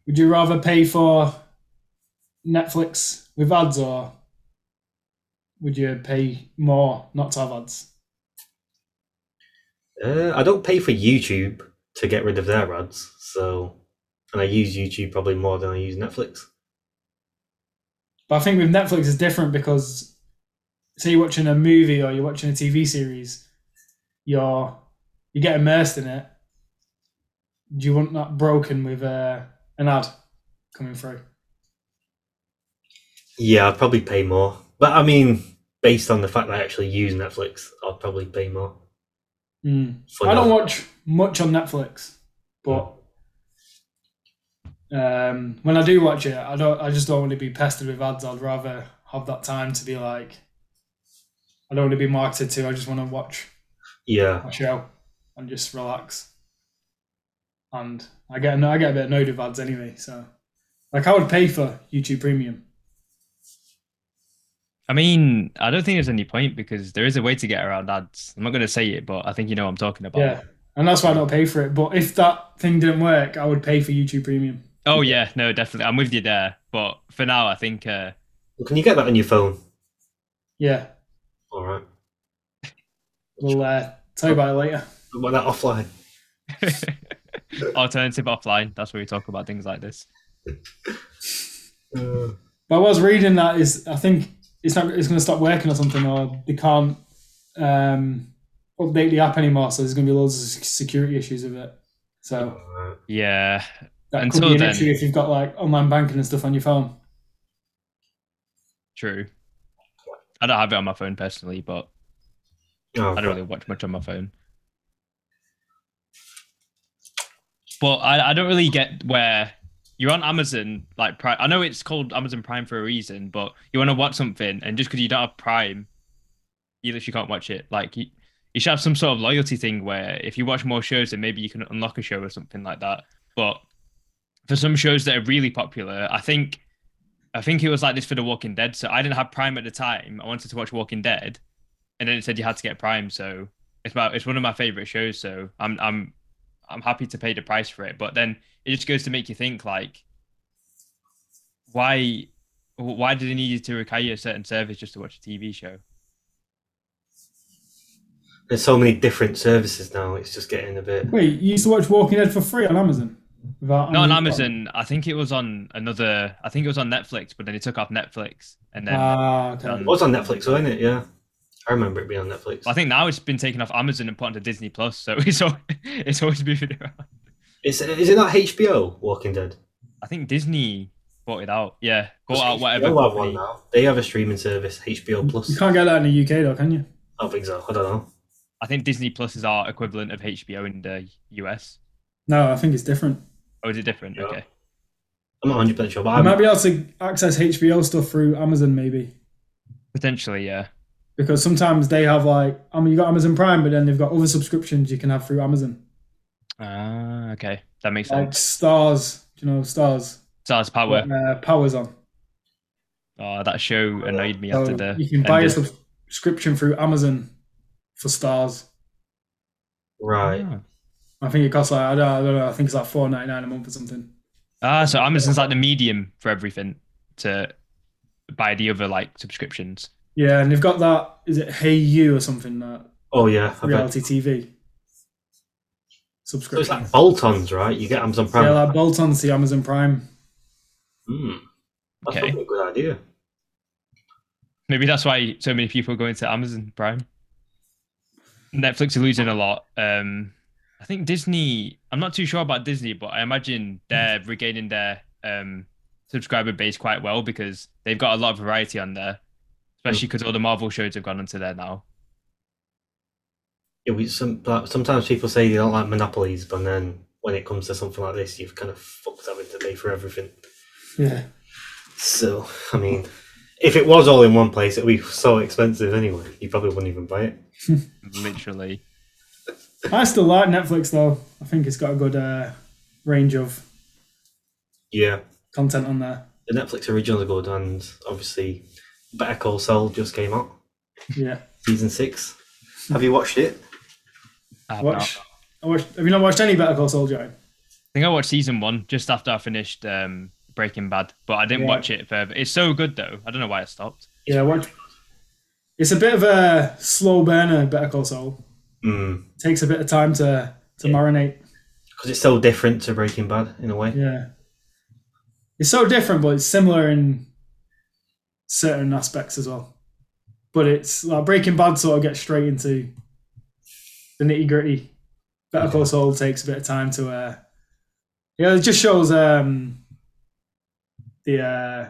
Would you rather pay for Netflix with ads, or would you pay more not to have ads? Uh, I don't pay for YouTube to get rid of their ads, so and I use YouTube probably more than I use Netflix. But I think with Netflix it's different because say you're watching a movie or you're watching a TV series, you're you get immersed in it. Do you want that broken with uh, an ad coming through? Yeah, I'd probably pay more, but I mean, based on the fact that I actually use Netflix, I'd probably pay more. Mm. For I don't now. watch much on Netflix, but um, when I do watch it, I don't. I just don't want to be pestered with ads. I'd rather have that time to be like, I don't want to be marketed to. I just want to watch Yeah, a show and just relax. And I get I get a bit annoyed with ads anyway. So, like, I would pay for YouTube Premium. I mean, I don't think there's any point because there is a way to get around ads. I'm not going to say it, but I think you know what I'm talking about. Yeah, and that's why I don't pay for it. But if that thing didn't work, I would pay for YouTube Premium. Oh yeah, no, definitely. I'm with you there. But for now, I think uh, can you get that on your phone? Yeah, All right, we'll uh, tell you about it later. what about that offline? alternative offline. That's where we talk about things like this. Uh, But I was reading that is I think it's not it's going to stop working or something, or they can't um, update the app anymore. So there's going to be loads of sec- security issues with it. So all right. Yeah, that Until could be an then. issue if you've got like online banking and stuff on your phone. true. I don't have it on my phone personally, but Oh, I don't really watch much on my phone. But I, I don't really get where you're on Amazon like Prime. I know it's called Amazon Prime for a reason, but you want to watch something, and just because you don't have Prime, you literally can't watch it. Like you, you should have some sort of loyalty thing where if you watch more shows, then maybe you can unlock a show or something like that. But for some shows that are really popular, I think, I think it was like this for The Walking Dead. So I didn't have Prime at the time. I wanted to watch Walking Dead, and then it said you had to get Prime. So it's about it's one of my favorite shows. So I'm I'm I'm happy to pay the price for it. But then it just goes to make you think like, why why do they need you to require a certain service just to watch a TV show? There's so many different services now. It's just getting a bit. Wait, you used to watch Walking Dead for free on Amazon? Without Not on Amazon. I think it was on another. I think it was on Netflix, but then it took off Netflix, and then Ah, okay. It Um, was on Netflix, wasn't it? Yeah, I remember it being on Netflix. I think now it's been taken off Amazon and put onto Disney Plus. So it's al- it's always moving around. Is is it not HBO Walking Dead? I think Disney bought it out. Yeah, bought out whatever. They have one company. now. They have a streaming service, HBO You Plus. I can't get that in the UK though, can you? don't think so. I don't know. I think Disney Plus is our equivalent of HBO in the US. No, I think it's different. Oh, is it different? Yeah. Okay. I'm not 100 percent sure, but I Hmm. I'm, might be able to access HBO stuff through Amazon maybe. Potentially, yeah. Because sometimes they have like I mean you got Amazon Prime, but then they've got other subscriptions you can have through Amazon. Ah, okay. That makes Like sense. stars, do you know, stars. Stars Power. Uh, powers on. Oh, that show annoyed me So after the. Oh, you can buy a ending. subscription through Amazon for stars. right. Ah, I think it costs like I don't, I don't know. I think it's like four ninety nine a month or something. Ah, so Amazon's like the medium for everything to buy the other like subscriptions. Yeah, and they've got that. Is it Hey You or something? That Oh yeah. I bet. reality TV So it's subscription. like bolt-ons, right? You get Amazon Prime. yeah, like bolt on to Amazon Prime. Hmm. That's Okay. probably a good idea. Maybe that's why so many people are going to Amazon Prime. Netflix are losing a lot. Um, I think Disney. I'm not too sure about Disney, but I imagine they're regaining their um, subscriber base quite well because they've got a lot of variety on there, especially because all the Marvel shows have gone onto there now. Yeah, we some like, sometimes people say they don't like monopolies, but then when it comes to something like this, you've kind of fucked having to pay for everything. Yeah, So I mean, if it was all in one place, it'd be so expensive anyway. You probably wouldn't even buy it. Literally, I still like Netflix though. I think it's got a good uh, range of Yeah. content on there. The Netflix originals are good, and obviously, Better Call Saul just came out, Yeah, season six. Have you watched it? I have, not. watch. I watched, have you not watched any Better Call Saul, Joe? I think I watched season one just after I finished um, Breaking Bad, but I didn't Yeah. watch it further. It's so good though. I don't know why I stopped. Yeah, watch. It's a bit of a slow burner, Better Call Saul. Mm. takes a bit of time to to marinate. Because it's so different to Breaking Bad in a way. Yeah, it's so different, but it's similar in certain aspects as well. But it's like Breaking Bad sort of gets straight into the nitty gritty. Better Call Saul takes a bit of time to. Uh, yeah, it just shows um, the uh,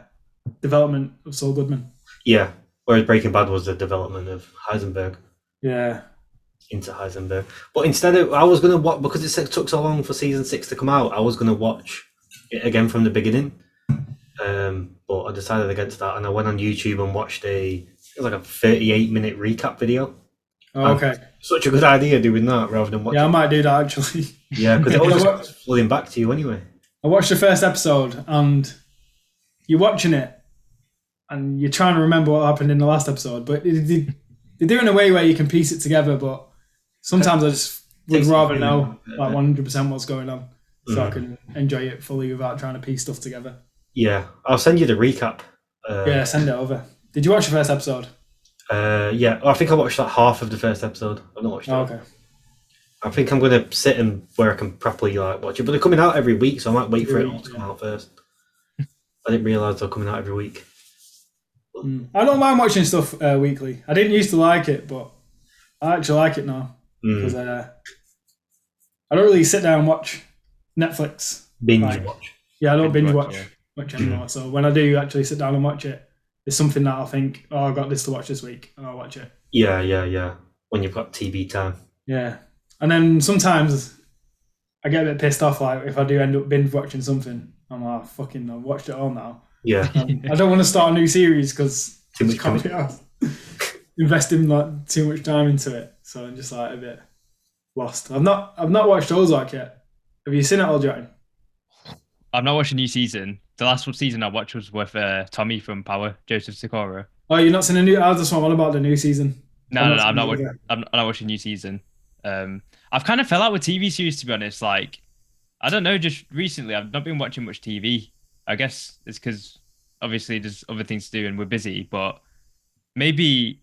development of Saul Goodman. Yeah. Whereas Breaking Bad was the development of Heisenberg. Yeah, into Heisenberg. But instead of, I was going to watch, because it took so long for season six to come out, I was going to watch it again from the beginning. Um, but I decided against that and I went on YouTube and watched a, it was like a 38 minute recap video. oh, okay. Such a good idea doing that rather than Yeah, I watching. might do that actually. Yeah, because it Yeah, always what- comes flooding back to you anyway. I watched the first episode and you're watching it and you're trying to remember what happened in the last episode, but they, they, they do it in a way where you can piece it together, but sometimes I just would Takes rather you- know like 100% what's going on so I can enjoy it fully without trying to piece stuff together. Yeah, I'll send you the recap. Uh, Yeah, send it over. Did you watch the first episode? Uh, yeah, I think I watched like half of the first episode. I've not watched it. Oh, okay. I think I'm going to sit and where I can properly like watch it. But they're coming out every week, so I might wait for it all to come out first. I didn't realise they're coming out every week. Mm. I don't mind watching stuff uh, weekly. I didn't used to like it, but I actually like it now Mm. Hmm. because uh, I don't really sit down and watch Netflix Binge Right. watch. Yeah, I don't Binge binge watch, watch yeah. Hmm. much anymore. So when I do actually sit down and watch it, it's something that I think, oh, I got this to watch this week, and I'll watch it. Yeah, yeah, yeah. When you've got TV time. Yeah, and then sometimes I get a bit pissed off, like if I do end up binge watching something, I'm like, oh, fucking, I've watched it all now. Yeah, Um, I don't want to start a new series because Too much can't be arsed investing like too much time into it. So I'm just like a bit lost. I've not, I've not watched Ozark yet. Have you seen it all, John? I've not watched a new season. The last one season I watched was with uh, Tommy from Power, Joseph Sikora. Oh, you're not seen a new. I just want one about the new season. No, I'm not no, no, I'm not. familiar. Watch- I'm, I'm not watching new season. Um, I've kind of fell out with TV series to be honest. Like, I don't know. Just recently, I've not been watching much TV. I guess it's because obviously there's other things to do and we're busy. But maybe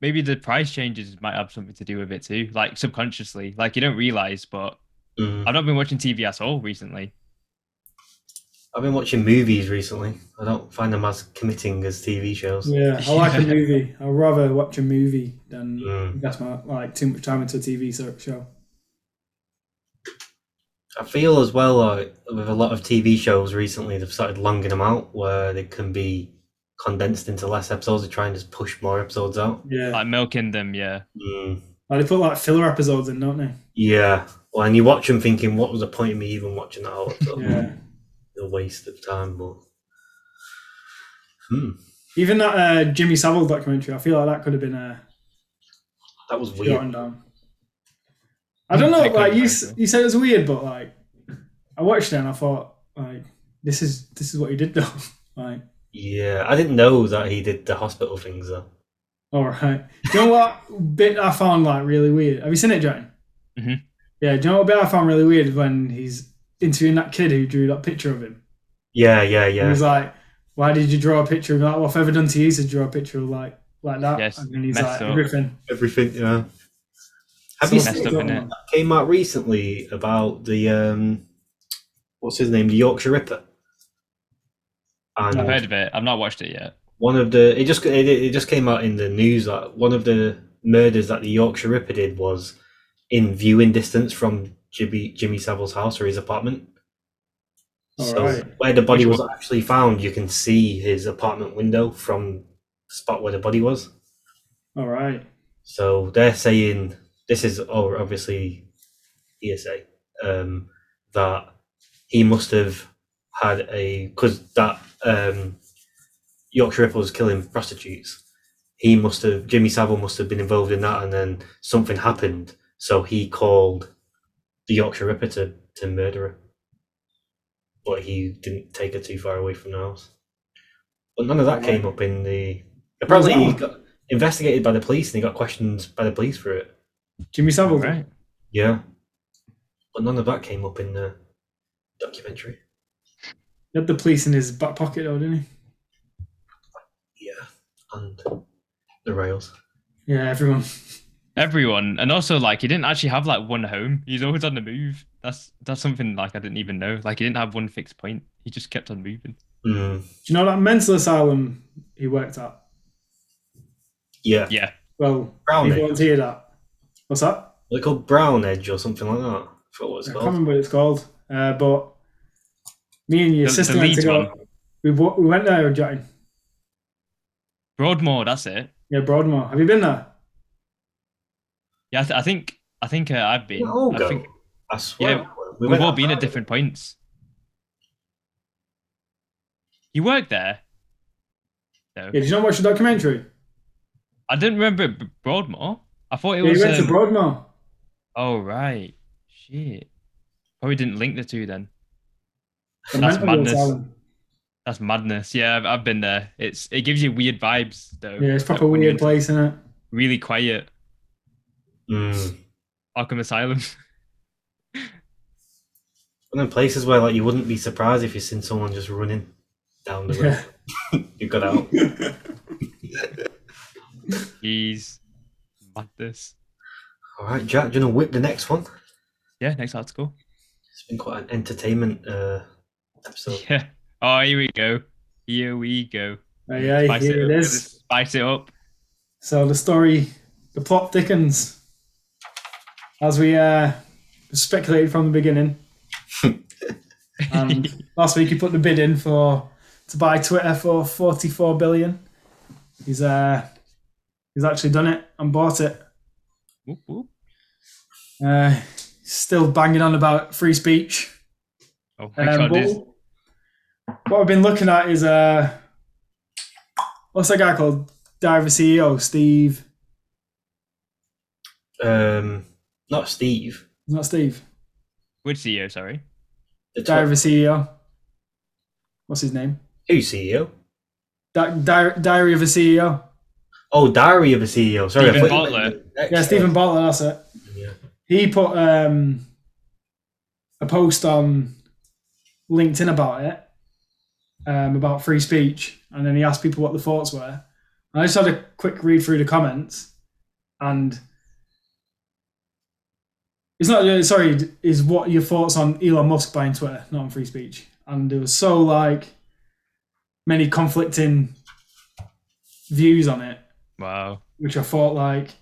maybe the price changes might have something to do with it too. Like subconsciously, like you don't realize, but Mm. I've not been watching TV at all recently. I've been watching movies recently. I don't find them as committing as TV shows. Yeah, I like a movie. I'd rather watch a movie than Mm. invest my like too much time into a TV ser- show. I feel as well like with a lot of TV shows recently, they've started longing them out where they can be condensed into less episodes. They try and just push more episodes out. Yeah, Like milking them, yeah. Mm. like, they put like filler episodes in, don't they? Yeah. Well, and you watch them thinking, what was the point of me even watching that whole episode? Yeah. A waste of time, but. Hmm. Even that uh, Jimmy Savile documentary, I feel like that could have been uh, That was weird. shortened down. I don't know. It could Like you, have s- been. you said it was weird, but like I watched it and I thought like this is this is what he did though. like Yeah. I didn't know that he did the hospital things, though. all right, do you know what bit I found like really weird? Have you seen it, John? Mm-hmm. Mhm. Yeah, do you know what bit I found really weird when he's interviewing that kid who drew that picture of him? Yeah, yeah, And yeah. he's like, "Why did you draw a picture of that? What have I ever done to you to draw a picture of like like that?" Yes, and then he's messed like, up. "Everything." Everything, yeah. Have you So- messed seen up, that innit? came out recently about the um, what's his name, the Yorkshire Ripper, and No. I've heard of it. I've not watched it yet. one of the it just it, it just came out in the news that one of the murders that the Yorkshire Ripper did was in viewing distance from Jimmy Jimmy Savile's house or his apartment. so Alright. where the body Which was actually found, you can see his apartment window from the spot where the body was. All right. So they're saying this is oh, obviously ESA um, that he must have had a because that um, Yorkshire Ripper was killing prostitutes. He must have Jimmy Savile must have been involved in that, and then something happened. So he called the Yorkshire Ripper to to murder her, but he didn't take her too far away from the house. But none of that came up in the. Apparently, he got investigated by the police and he got questioned by the police for it. Jimmy Savile. Right. Yeah. But none of that came up in the documentary. He had the police in his back pocket, though, didn't Yeah. And the rails. he? Yeah, everyone. Everyone, and also like he didn't actually have like one home. He's always on the move. That's that's something like I didn't even know. Like he didn't have one fixed point. He just kept on moving. Mm. Do you know that mental asylum he worked at? Yeah. Yeah, Well, Brown he Edge. volunteered at. What's that? Were they called Brown Edge or something like that? I forgot what it's I can't called. remember what it's called. Uh, but me and your The- the sister went to Leeds go. We, wa- we went there, John. Broadmoor. That's it. Yeah, Broadmoor. Have you been there? Yeah, I, th- I think I think uh, I've been. Didn't all I go? think I swear. Yeah, we we've went all that been at Friday. different points. You worked there. No, Yeah, did you not watch the documentary? I didn't remember B- Broadmoor. I thought it Yeah, was. you went um, to Broadmoor. oh right, shit. Probably didn't link the two then. The That's mental madness. asylum. That's madness. Yeah, I've, I've been there. It's it gives you weird vibes though. Yeah, it's proper Like, when weird you're place, isn't it? Really quiet. Mm. Arkham Asylum. One of the places where like you wouldn't be surprised if you seen someone just running down the road. you got out. Jeez, madness. All right, Jack, do you want to whip the next one? Yeah, next article. It's been quite an entertainment uh, episode. Yeah. Oh, here we go. Here we go. Hey, hey, Spice here it it up. is. Spice it up. So the story, the plot thickens. As we uh, speculated from the beginning. and last week he put the bid in for to buy Twitter for 44 billion. He's uh he's actually done it and bought it. Whoop, whoop. Uh, still banging on about free speech. Oh my Um, god, but this, what I've been looking at is uh, what's that guy called? Diver CEO Steve. Um, not Steve. It's not Steve. which CEO? Sorry, The Diver CEO. E What's his name? Who CEO? Di- Di- Diary of a E CEO. Oh, Diary of a CEO. Sorry, I Stephen thought you meant Butler. the next Yeah, Stephen Butler. That's it. one. Yeah. He put um, a post on LinkedIn about it, um, about free speech, and then he asked people what the thoughts were, I just had a quick read through the comments, and it's not uh, sorry. Is what your thoughts on Elon Musk buying Twitter, not on free speech? And there was so like many conflicting views on it, Wow. which I thought like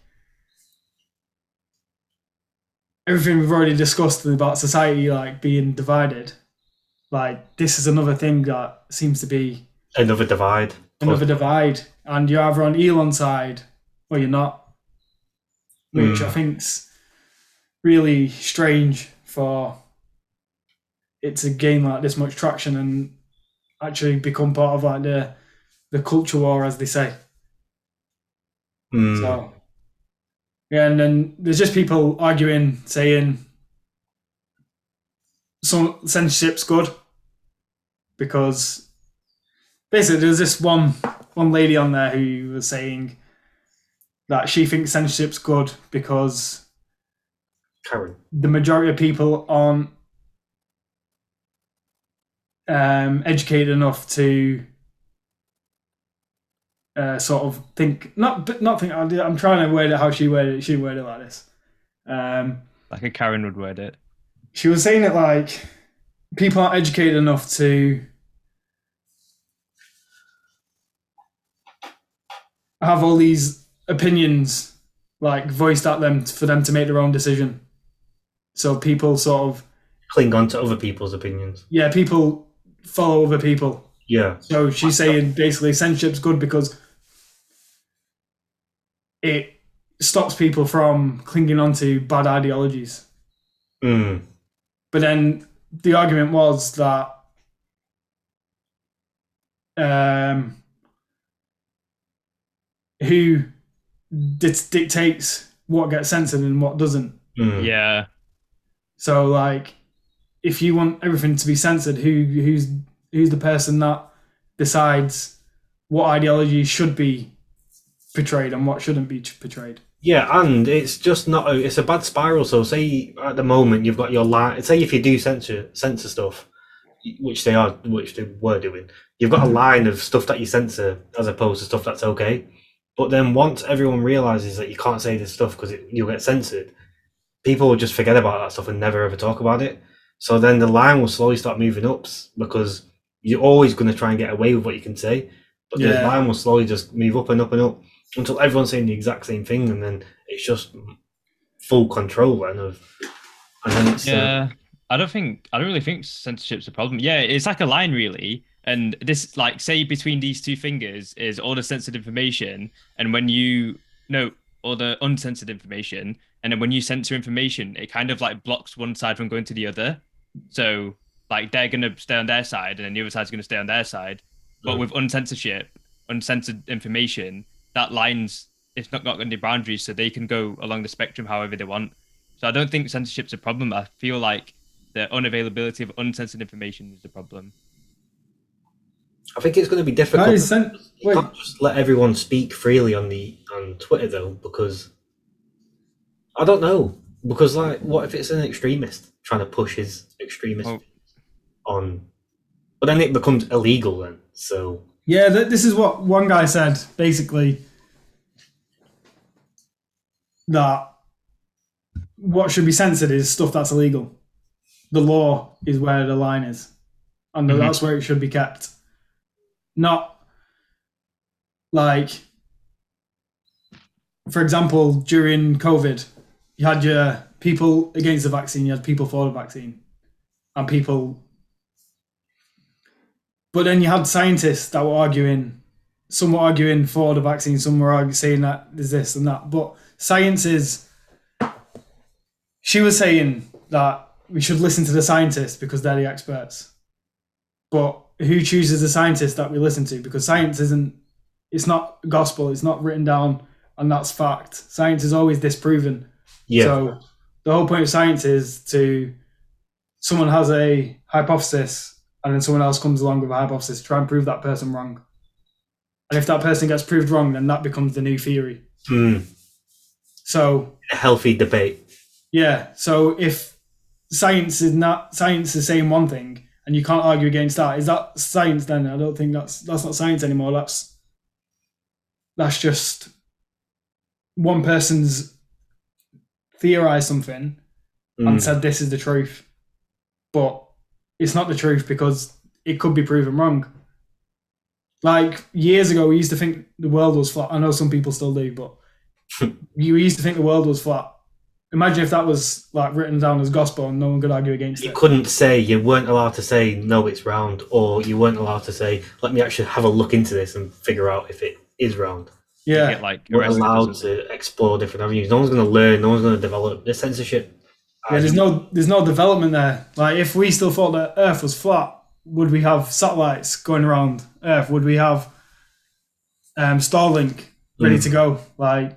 everything we've already discussed about society like being divided. Like this is another thing that seems to be Another divide. another divide, and you're either on Elon's side or you're not, which Mm. I think's really strange for it to gain like this much traction and actually become part of like the the culture war, as they say. Mm. So yeah, and then there's just people arguing, saying some censorship's good because basically there's this one one lady on there who was saying that she thinks censorship's good because Karen. the majority of people aren't um, educated enough to uh, sort of think not but not think I'll do- I'm trying to word it how she worded it. She worded it like this. Um, Like a Karen would word it. she was saying it like people aren't educated enough to have all these opinions like voiced at them for them to make their own decision. So people sort of Cling on to other people's opinions. yeah, people follow other people. Yeah. So she's saying basically censorship's good because it stops people from clinging on to bad ideologies. Mm. But then the argument was that um, who dic- dictates what gets censored and what doesn't. Mm. Yeah. So like, if you want everything to be censored, who who's who's the person that decides what ideology should be portrayed and what shouldn't be portrayed? Yeah, and it's just not. A, it's a bad spiral. So, say at the moment you've got your line. Say if you do censor censor stuff, which they are, which they were doing, you've got a line of stuff that you censor as opposed to stuff that's okay. But then once everyone realizes that you can't say this stuff because you'll get censored, people will just forget about that stuff and never ever talk about it. So then the line will slowly start moving up s- because you're always going to try and get away with what you can say, but the Yeah. line will slowly just move up and up and up until everyone's saying the exact same thing, and then it's just full control then of, and then it's uh, Yeah, I don't think I don't really think censorship's a problem. Yeah, it's like a line really, and this like say between these two fingers is all the censored information, and when you no all the uncensored information, and then when you censor information, it kind of like blocks one side from going to the other. So like they're gonna stay on their side, and then the other side's gonna stay on their side. But Mm. with uncensorship, uncensored information, that lines it's not got any boundaries, so they can go along the spectrum however they want. So I don't think censorship's a problem. I feel like the unavailability of uncensored information is the problem. I think it's going to be difficult. That is cen- You wait, can't just let everyone speak freely on the on Twitter though, because I don't know. Because like, what if it's an extremist trying to push his extremist Oh. on? But then it becomes illegal then. So yeah, th- this is what one guy said basically that what should be censored is stuff that's illegal. The law is where the line is, and Mhm. that's where it should be kept. Not like, for example, during COVID, you had your people against the vaccine, you had people for the vaccine, and people. But then you had scientists that were arguing. Some were arguing for the vaccine, some were argu- saying that there's this and that. But science is she was saying that we should listen to the scientists because they're the experts. But who chooses the scientists that we listen to? Because science isn't, it's not gospel, it's not written down, and that's fact. Science is always disproven. yeah, So the whole point of science is to, someone has a hypothesis, and then someone else comes along with a hypothesis to try and prove that person wrong. And if that person gets proved wrong, then that becomes the new theory. mm, So a healthy debate. Yeah. So if science is not science is saying one thing and you can't argue against that, is that science then? I don't think that's that's not science anymore. That's that's just one person's theorized something Hmm. and said this is the truth, but it's not the truth because it could be proven wrong. Like years ago, we used to think the world was flat. I know some people still do, but you used to think the world was flat. Imagine if that was like written down as gospel and no one could argue against You it. couldn't say, you weren't allowed to say, no, it's round, or you weren't allowed to say, let me actually have a look into this and figure out if it is round. Yeah, Get, like, We're arrested or allowed something. to explore different avenues. No one's going to learn, no one's going to develop. There's censorship. yeah. There's no there's no development there. Like if we still thought that Earth was flat, would we have satellites going around Earth? Would we have um, Starlink ready Mm. to go? Like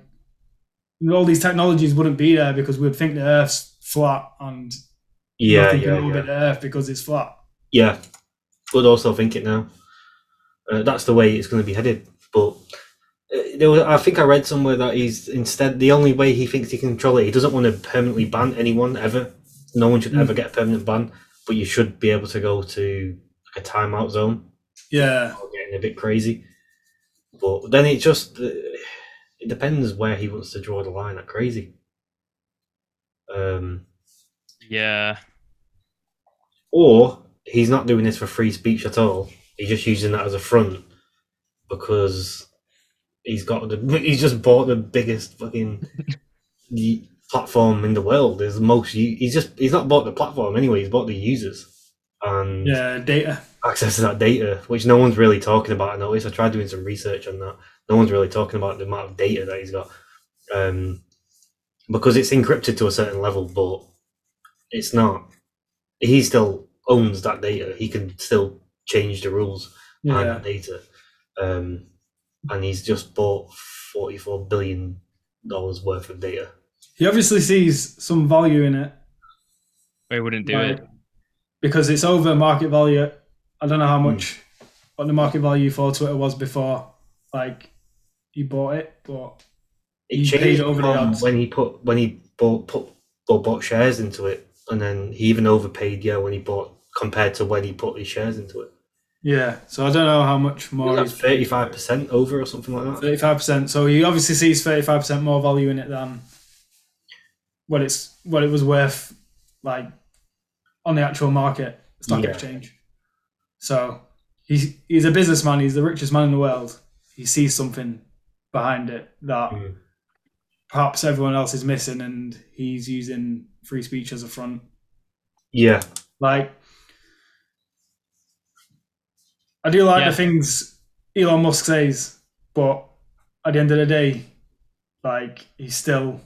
all these technologies wouldn't be there because we'd think the Earth's flat and Yeah, nothing yeah, can orbit yeah. the Earth because it's flat. Yeah. But also think it now. Uh, that's the way it's going to be headed. But uh, there was, I think I read somewhere that he's instead the only way he thinks he can control it. He doesn't want to permanently ban anyone ever. No one should Mm. ever get a permanent ban. But you should be able to go to like a timeout zone. Yeah, or Getting a bit crazy. But then it just uh, it depends where he wants to draw the line at crazy. Um, Yeah. or he's not doing this for free speech at all. He's just using that as a front because he's got the he's just bought the biggest fucking y- platform in the world. There's most u- he's just he's not bought the platform anyway. He's bought the users and yeah, data. access to that data, which no one's really talking about. I noticed I tried doing some research on that. No one's really talking about the amount of data that he's got um, because it's encrypted to a certain level, but it's not. He still owns that data. He can still change the rules Yeah, behind that data, um, and he's just bought forty-four billion dollars worth of data. he obviously sees some value in it. We wouldn't do Like, it. Because it's over market value. I don't know how much what the market value for Twitter was before like he bought it, but It He paid changed over the from odds. when he put when he bought put or bought shares into it, and then he even overpaid. Yeah, when he bought compared to when he put his shares into it, yeah. So I don't know how much more that's thirty-five percent over or something like that. thirty five percent. So he obviously sees thirty five percent more value in it than what it's what it was worth like on the actual market stock Yeah. exchange. So he's he's a businessman, he's the richest man in the world. He sees something behind it that Mm. perhaps everyone else is missing and he's using free speech as a front. Yeah, Like, I do like Yeah. the things Elon Musk says, but at the end of the day, like he's still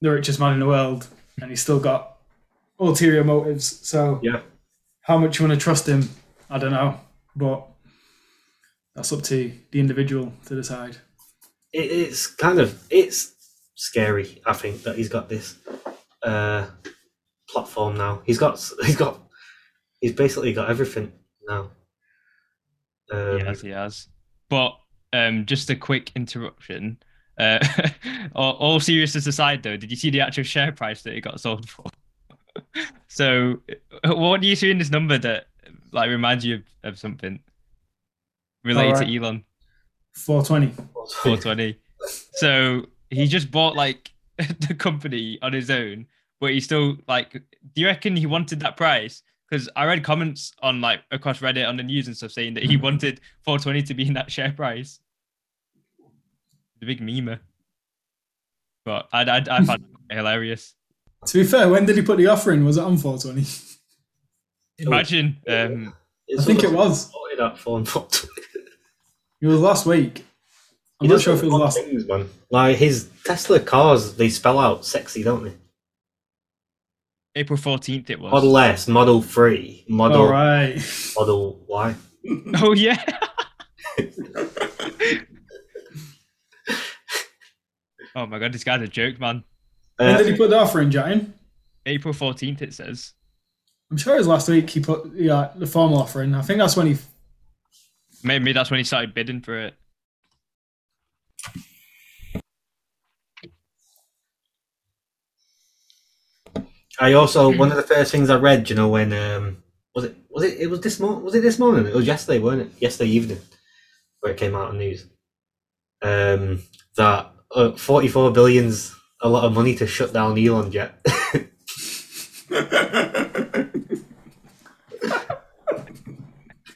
the richest man in the world, and he's still got ulterior motives. So, Yeah. how much you want to trust him, I don't know, but that's up to the individual to decide. it, it's kind of it's scary. I think that he's got this uh, platform now. He's got he's got he's basically got everything now. Um, yes, he has. But um, just a quick interruption. Uh, all, all seriousness aside, though, did you see the actual share price that it got sold for? so, uh, what do you see in this number that like reminds you of, of something related to Elon? Four twenty. 420. so he just bought like the company on his own, but he still like. Do you reckon he wanted that price? Because I read comments on like across Reddit on the news and stuff saying that he wanted 420 to be in that share price. The big memer. But I I, I found it hilarious. To be fair, when did he put the offer in? Was it on four twenty? Imagine um, I think it was. That phone fucked. It was last week. I'm He not does sure if it was odd last. things, man. Like his Tesla cars, they spell out sexy, don't they? April 14th it was. Model S, Model Three, Model All Oh, right. Model Y. Oh yeah. oh my god, this guy's a joke, man. When did Uh, he put the offer in, Jane? April 14th, it says. I'm sure it was last week he put yeah, the formal offer in. I think that's when he. Maybe that's when he started bidding for it. I Hmm. also one of the first things I read, you know, when um, was it? Was it? It was this morning. Was it this morning? It was yesterday, weren't it? Yesterday evening, where it came out on news. um, that uh, 44 billion's a lot of money to shut down Elon Jet.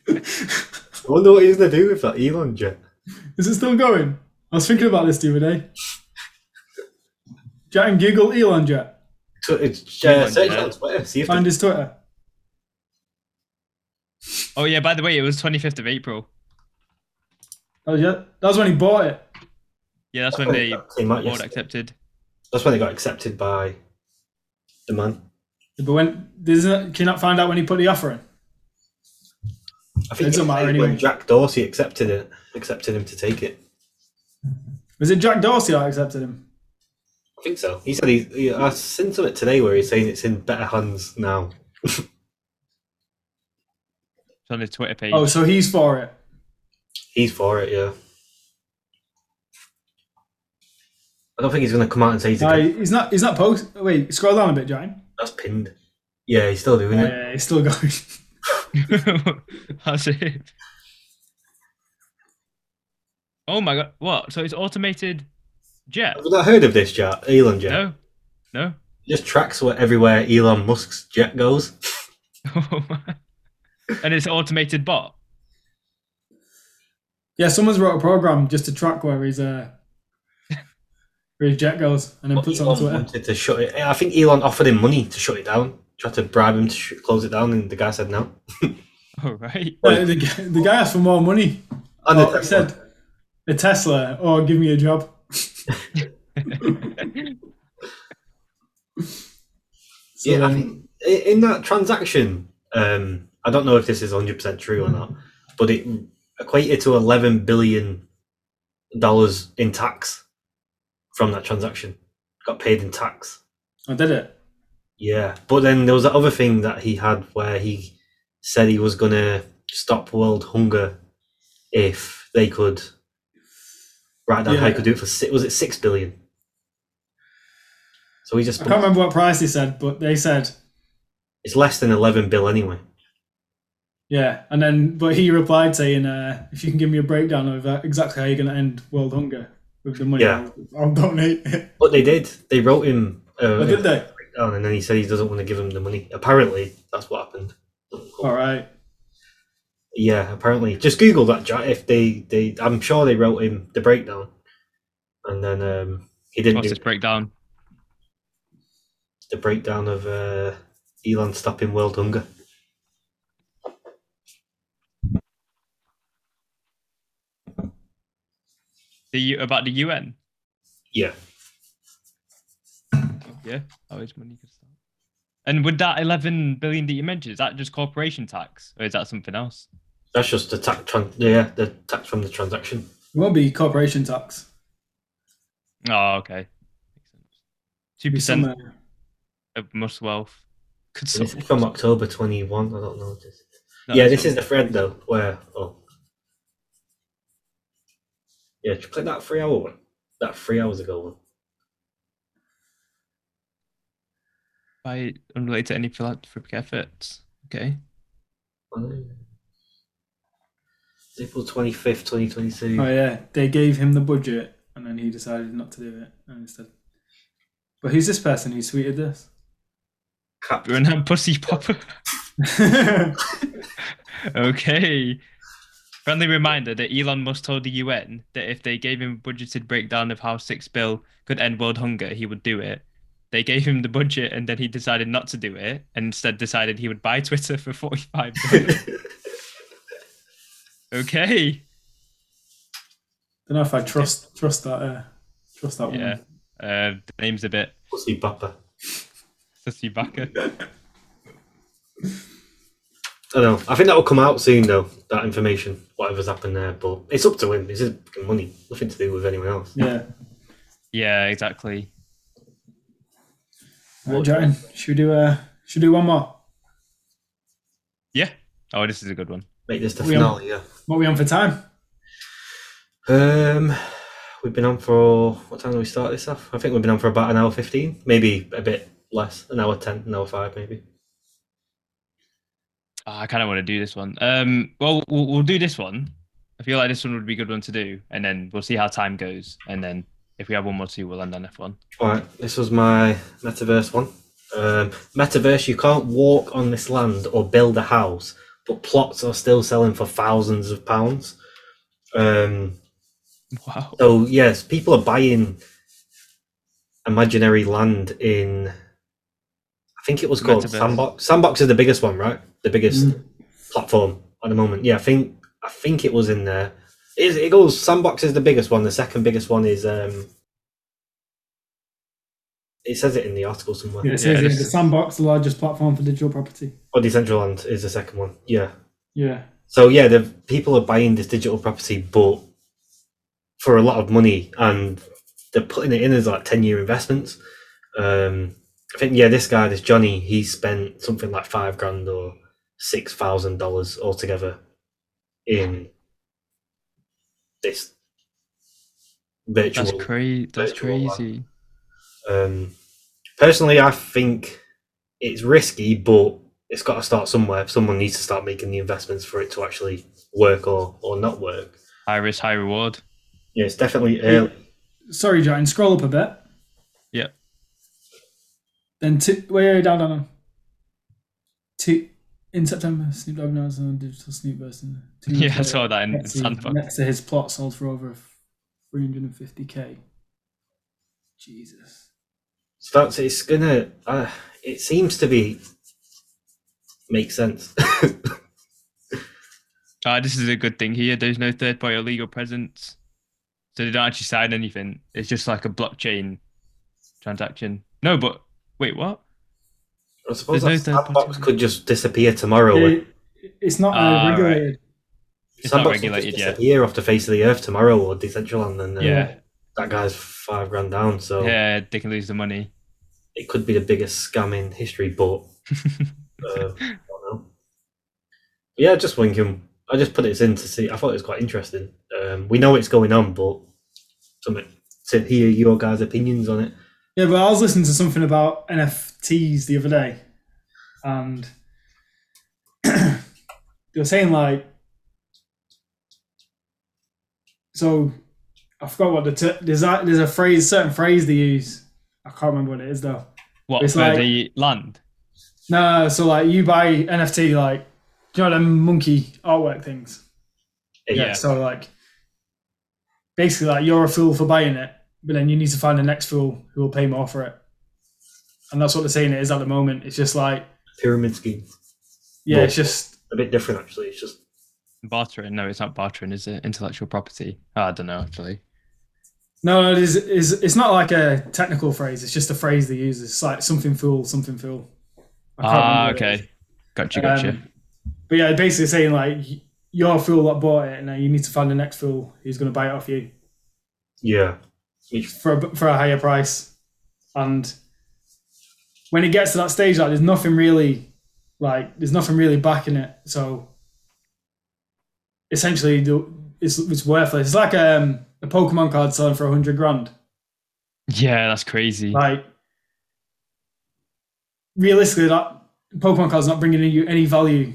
I wonder what he's going to do with that Elon Jet. Is it still going? I was thinking about this the other day. Jet and Google Elon Jet. Tw- it's, uh, Elon search Jet. on Twitter, see if Find the- his Twitter. Oh yeah, by the way, it was 25th of April. That was, yeah, that was when he bought it. Yeah, that's when Oh, they that came out board yesterday. accepted. That's when they got accepted by the man. But when isn't, can you not find out when he put the offer in? I think It doesn't it's matter when anyway. Jack Dorsey accepted it, accepted him to take it. Was it Jack Dorsey that accepted him? I think so. He said he's. He, I seen something today where he's saying it's in better hands now. It's on his Twitter page. Oh, so he's for it. He's for it, yeah. I don't think he's going to come out and say he's. No, against- he's not. He's not post. Wait, scroll down a bit, John. That's pinned. Yeah, he's still doing it. Yeah, he's still going. That's it. Oh my god! What? So it's automated jet? Have you not heard of this jet? Elon jet. No, no. It just tracks where everywhere Elon Musk's jet goes. Oh and it's an automated bot. yeah, someone's wrote a program just to track where his uh, where his jet goes, and then But puts it on Elon Twitter. wanted to shut it. I think Elon offered him money to shut it down. Tried to bribe him to sh- close it down, and the guy said no. All right. Uh, the, guy- the guy asked for more money. And Oh, he said a Tesla or give me a job. So, Yeah, I um, think i- in that transaction, um, I don't know if this is 100% true Hmm. or not, but it equated to 11 billion dollars in tax from that transaction. Got paid in tax. I did it. Yeah, but then there was that other thing that he had where he said he was going to stop world hunger if they could. Right down how he Yeah. could do it for six, was it six billion? So he just I can't remember what price he said, but they said it's less than eleven bill anyway. yeah. And then, but he replied saying, uh, "If you can give me a breakdown of uh, exactly how you're going to end world hunger with the money, Yeah. I'll, I'll donate it." But they did. They wrote him uh, Or Oh, did they? down, and then he said he doesn't want to give him the money. Apparently, that's what happened. All right. Yeah, apparently. Just Google that. Jack, If they, they, I'm sure they wrote him the breakdown, and then um, he didn't What's do this breakdown? the breakdown of uh, Elon stopping world hunger. The U- about the UN? Yeah, Yeah. Oh, it's money could start. And would that 11 billion that you mentioned is that just corporation tax or is that something else? that's just the tax. Tran- yeah, the tax from the transaction. It won't be corporation tax. Oh, okay. Makes sense. Two It'll be percent somewhere. of most wealth. Could This is solve- from October 21. I don't know. What this is. No, yeah, it's this not. is the thread though. Where oh, yeah, did you click that three hour one. That three hours ago one. by unrelated to any philanthropic efforts. Okay. April 25th, 2022. Oh yeah, they gave him the budget, and then he decided not to do it, and instead. But who's this person who tweeted this? Cap- We're in pussy popper. okay. Friendly reminder that Elon Musk told the UN that if they gave him a budgeted breakdown of how six bill could end world hunger, he would do it. They gave him the budget and then he decided not to do it and instead decided he would buy Twitter for 45 billion. okay. Don't know if I trust trust that uh, trust that Yeah. one. Uh, the name's a bit Pussy Bapper. sussy backer. I don't know. I think that will come out soon, though, that information, whatever's happened there. But it's up to him. It's his fucking money. Nothing to do with anyone else. Yeah. Yeah, exactly. Right, John, should we do uh should we do one more? Yeah. Oh, this is a good one. Make this the We are- finale, yeah. What are we on for time? Um, we've been on for. What time did we start this off? I think we've been on for about an hour 15. Maybe a bit less. An hour 10, an hour 5, maybe. Ah, I kind of want to do this one. Um, well, we'll, we'll do this one, I feel like this one would be a good one to do, and then we'll see how time goes, and then if we have one more two, we'll end on F one. All right, this was my metaverse one. Um, metaverse, you can't walk on this land or build a house, but plots are still selling for thousands of pounds. Um, Wow. so yes, people are buying imaginary land in. I think it was called Metaverse. Sandbox. Sandbox is the biggest one, right? The biggest platform at the moment. Yeah, I think I think it was in there. It, is- it goes Sandbox is the biggest one. The second biggest one is. um It says it in the article somewhere. Yeah, it Yeah, says here, this the is- sandbox, the largest platform for digital property. Or Decentraland is the second one. Yeah. Yeah. So yeah, the people are buying this digital property, but for a lot of money, and they're putting it in as like ten year investments. Um, I think yeah, this guy, this Johnny, he spent something like five grand or six thousand dollars altogether in this virtual. That's crazy. That's virtual one. crazy. Um, personally, I think it's risky, but it's got to start somewhere. Someone needs to start making the investments for it to actually work or, or not work. High risk, high reward. Yeah, it's definitely early. Sorry, John. Scroll up a bit. Yeah. Then two, wait, wait, down, down, down. Two in September, Snoop Dogg announced on digital Snoop version. Two Yeah, months I later, saw that in Etsy, Sandbox. Next to his plot sold for over 350k. Jesus. So that's it's gonna. Uh, it seems to be make sense. Ah, this is a good thing here. There's no third party or legal presence. So they don't actually sign anything. It's just like a blockchain transaction. No, but wait, what? I suppose that There's no third sandbox party. could just disappear tomorrow. and It- it's not Ah, uh, regulated. It's not Sandbox will regulated just yet. Disappear off the face of the earth tomorrow or Decentraland, and uh, Yeah. that guy's five grand down. So Yeah, they can lose the money. it could be the biggest scam in history, but uh, I don't know. Yeah, just winking. I just put this in to see. I thought it was quite interesting. Um, we know it's going on, but something to hear your guys' opinions on it. Yeah, but I was listening to something about NFTs the other day, and they were saying like, so I forgot what the ter- there's a, there's a phrase, certain phrase they use. I can't remember what it is though. What It's for like- the land? No, so like you buy NFT like, do you know them monkey artwork things? Yeah. So like, basically, like you're a fool for buying it, but then you need to find the next fool who will pay more for it. And that's what they're saying it is at the moment. It's just like, Pyramid scheme. yeah, Yeah. it's just A bit different, actually. It's just Bartering? No, it's not bartering. Is it intellectual property? Oh, I don't know actually. no, no, it is, is it's not like a technical phrase. It's just a phrase they use. It's like something fool, something fool. I can't Ah, remember what it is. okay. Gotcha, gotcha. Um, but yeah, basically saying like y- you're a fool that bought it, and now you need to find the next fool who's going to buy it off you. yeah. Which for a, for a higher price. And when it gets to that stage, like there's nothing really, like there's nothing really backing it. So essentially, the- it's it's worthless. It's like um, a Pokemon card selling for hundred grand. yeah, that's crazy. Like realistically, that Pokemon card's not bringing you any value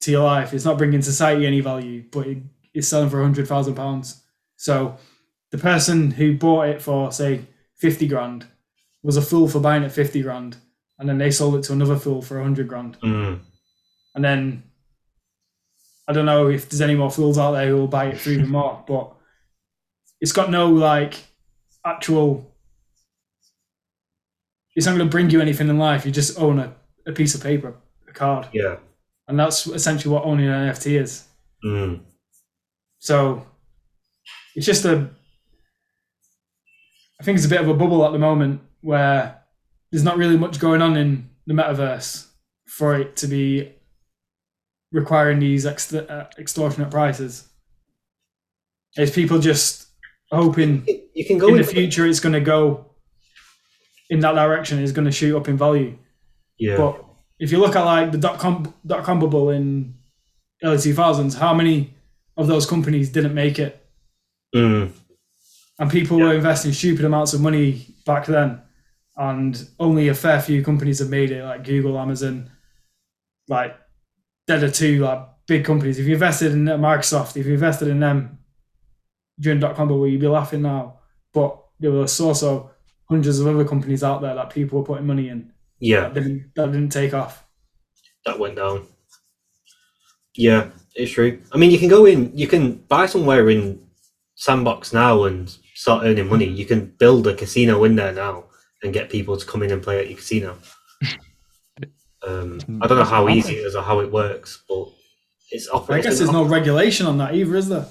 to your life. It's not bringing society any value, but it, it's selling for hundred thousand pounds. So the person who bought it for say fifty grand was a fool for buying it fifty grand, and then they sold it to another fool for hundred grand, mm, and then I don't know if there's any more fools out there who will buy it for even more, but it's got no like actual. It's not going to bring you anything in life. You just own a, a piece of paper, a card, yeah. and that's essentially what owning an NFT is. Mm. So it's just a. I think it's a bit of a bubble at the moment where there's not really much going on in the metaverse for it to be requiring these ext- uh, extortionate prices. It's people just hoping You can go in the into- future it's going to go in that direction, it's going to shoot up in value. Yeah. But if you look at like the dot com dot com bubble in early two thousands, how many of those companies didn't make it? Mm, And people were investing stupid amounts of money back then, and only a fair few companies have made it, like Google, Amazon, like they're the two like big companies. If you invested in Microsoft, if you invested in them during dot com, bubble, you'd be laughing now. But there were also hundreds of other companies out there that people were putting money in Yeah, that didn't, that didn't take off. that went down. Yeah, it's true. I mean, you can go in, you can buy somewhere in Sandbox now and start earning money. You can build a casino in there now and get people to come in and play at your casino. Um, I don't know how easy it is or how it works, but it's. oper- I guess there's no regulation on that either, is there?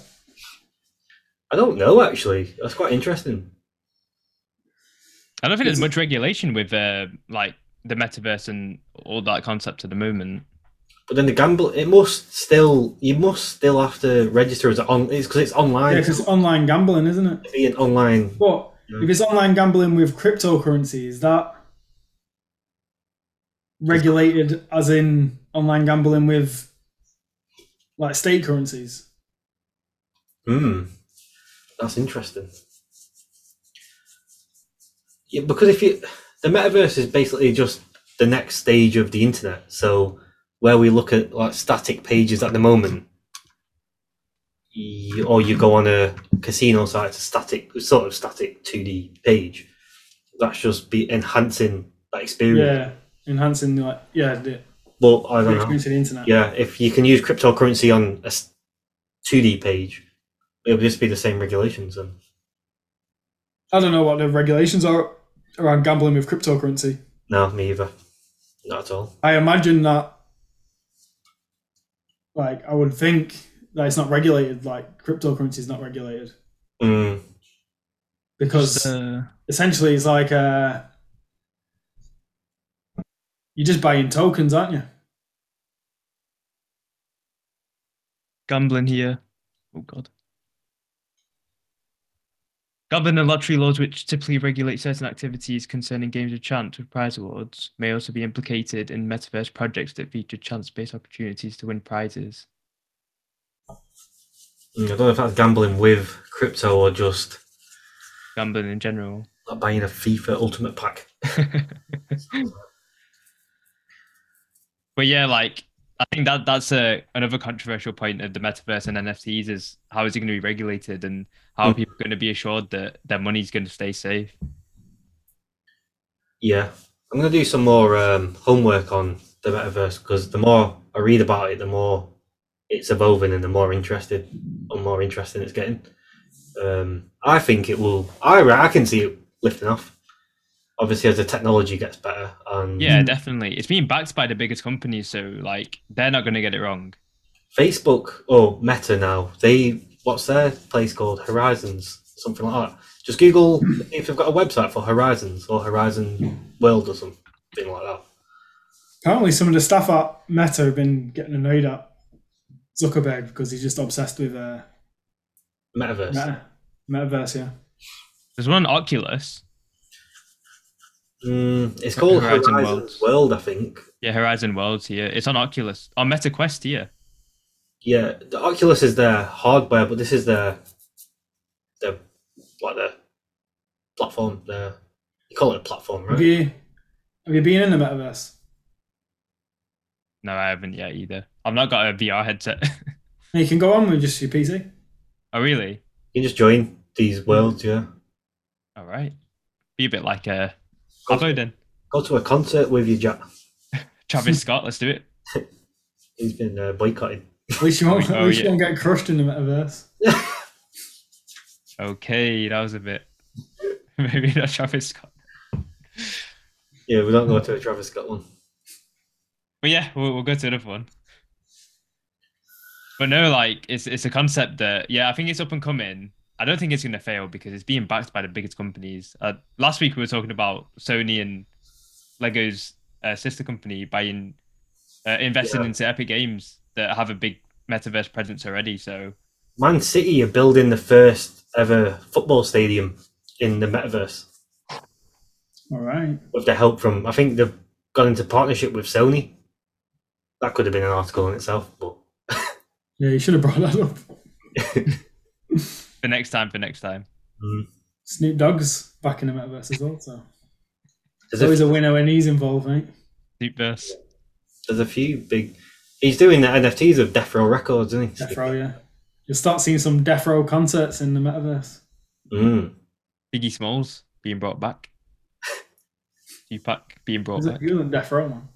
I don't know actually. That's quite interesting. I don't think there's much regulation with uh, like the metaverse and all that concept at the moment. But then the gamble, it must still, you must still have to register as on. It's because it's online. Yeah, 'cause it's online gambling, isn't it? Be an online. But if it's online gambling with cryptocurrency, is that regulated as in online gambling with like state currencies? Hmm. That's interesting. Yeah, because if you, the metaverse is basically just the next stage of the internet. So where we look at like static pages at the moment, you, or you go on a casino site, it's a static, sort of static two D page. That's just be enhancing that experience. Yeah, enhancing like yeah the, But I the don't know. experience of the internet. Yeah, if you can use cryptocurrency on a two D page, it would just be the same regulations then. I don't know what the regulations are around gambling with cryptocurrency. No, me either. Not at all. I imagine that, like, I would think that it's not regulated. Like, cryptocurrency is not regulated Mm. because Uh, essentially it's like uh, you're just buying tokens, aren't you? gambling here. Oh god. Gambling and lottery laws, which typically regulate certain activities concerning games of chance with prize awards, may also be implicated in metaverse projects that feature chance-based opportunities to win prizes. Mm, I don't know if that's gambling with crypto or just Gambling in general. like buying a FIFA Ultimate Pack. But yeah, like I think that that's a, another controversial point of the metaverse and NFTs is how is it going to be regulated and how are Mm. people going to be assured that their money's going to stay safe? Yeah. I'm going to do some more um, homework on the metaverse because the more I read about it, the more it's evolving and the more interested and more interesting it's getting. Um, I think it will, I, re- I can see it lifting off. Obviously, as the technology gets better and Yeah, definitely. It's being backed by the biggest companies, so like they're not going to get it wrong. Facebook or Meta now, they what's their place called? Horizons, something like that. Just Google if they've got a website for Horizons or Horizon World or something like that. Apparently, some of the staff at Meta have been getting annoyed at Zuckerberg because he's just obsessed with uh, Metaverse. Meta, metaverse. Yeah, There's one on Oculus. Mm, it's called Horizon Horizons Worlds. World, I think. Yeah, Horizon Worlds here. It's on Oculus. On Meta Quest here. Yeah, the Oculus is their hardware, but this is their their like their platform. Their you call it a platform, right? have you have you been in the metaverse? No, I haven't yet either. I've not got a VR headset. You can go on with just your PC. oh really? You can just join these worlds. Yeah, All right. Be a bit like a uh, Avo then. go to a concert with your Jack. Travis Scott. Let's do it. He's been uh, boycotted. At least you won't, at Oh, least you yeah. won't get crushed in the metaverse. Okay, that was a bit. Maybe not Travis Scott. Yeah, we don't go to a Travis Scott one. But yeah, we'll, we'll go to another one. But no, like it's it's a concept that yeah, I think it's up and coming. I don't think it's gonna fail because it's being backed by the biggest companies. Uh, last week we were talking about Sony and Lego's uh, sister company buying, uh, investing Yeah. into Epic Games that have a big metaverse presence already. So Man City are building the first ever football stadium in the metaverse All right. with the help from, I think they've gone into partnership with Sony. That could have been an article in itself, but Yeah, you should have brought that up. for next time, for next time. Snoop Dogg's back in the metaverse as well, so there's always a, a winner when he's involved, mate. Deep verse. there's a few big. He's doing the NFTs of Death Row Records, isn't he? Death Row, yeah. You'll start seeing some Death Row concerts in the metaverse. Mm. Biggie Smalls being brought back. Tupac being brought Is it back. you and Death Row, man?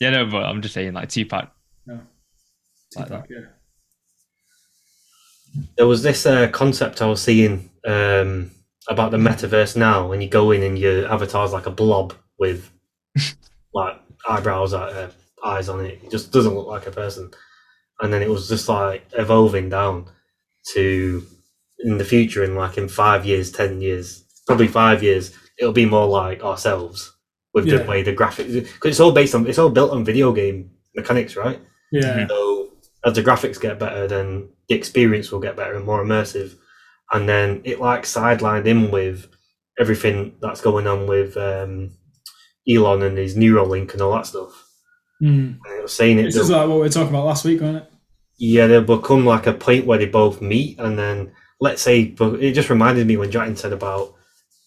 Yeah, no, but I'm just saying like Tupac. Like Tupac, yeah. There was this uh, concept I was seeing um, about the metaverse now, and you go in and your avatar's like a blob with like eyebrows, like, uh, eyes on it. It just doesn't look like a person. And then it was just like evolving down to in the future, in like in five years, ten years, probably five years, it'll be more like ourselves with the Yeah. way the graphics. Because it's all based on, it's all built on video game mechanics, right? Yeah. So as the graphics get better, then the experience will get better and more immersive. And then it like sidelined in with everything that's going on with um, Elon and his Neuralink and all that stuff. Mm. And it was saying it, This is they'll- like what we were talking about last week, wasn't it? yeah, they'll become like a point where they both meet, and then let's say, but it just reminded me when Jatin said about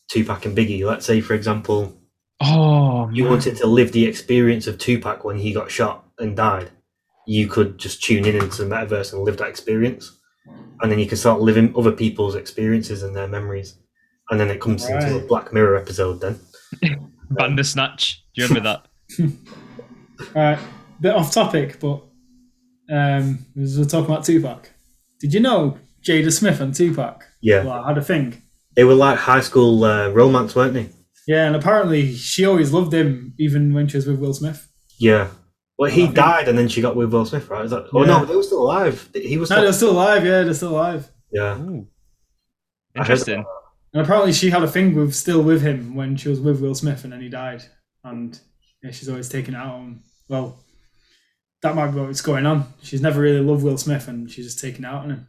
Tupac and Biggie. Let's say, for example, Oh, Hmm. you man. wanted to live the experience of Tupac when he got shot and died, you could just tune in into the metaverse and live that experience. And then you can start living other people's experiences and their memories. And then it comes into a Right. Black Mirror episode then. Bandersnatch. Do you remember that? All right. Bit off topic, but um, we were talking about Tupac. Did you know Jada Smith and Tupac? Yeah. Well, I had a thing. They were like high school uh, romance, weren't they? Yeah, and apparently she always loved him, even when she was with Will Smith. Yeah. Well, he died and then she got with Will Smith, right? Is that, oh, Yeah. no, they were still alive. He was No, still, they're still alive. Yeah, they're still alive. yeah. Ooh. I heard Interesting. about And apparently she had a thing with still with him when she was with Will Smith, and then he died. And yeah, she's always taken it out on. him. Well, that might be what's going on. She's never really loved Will Smith, and she's just taken it out on him.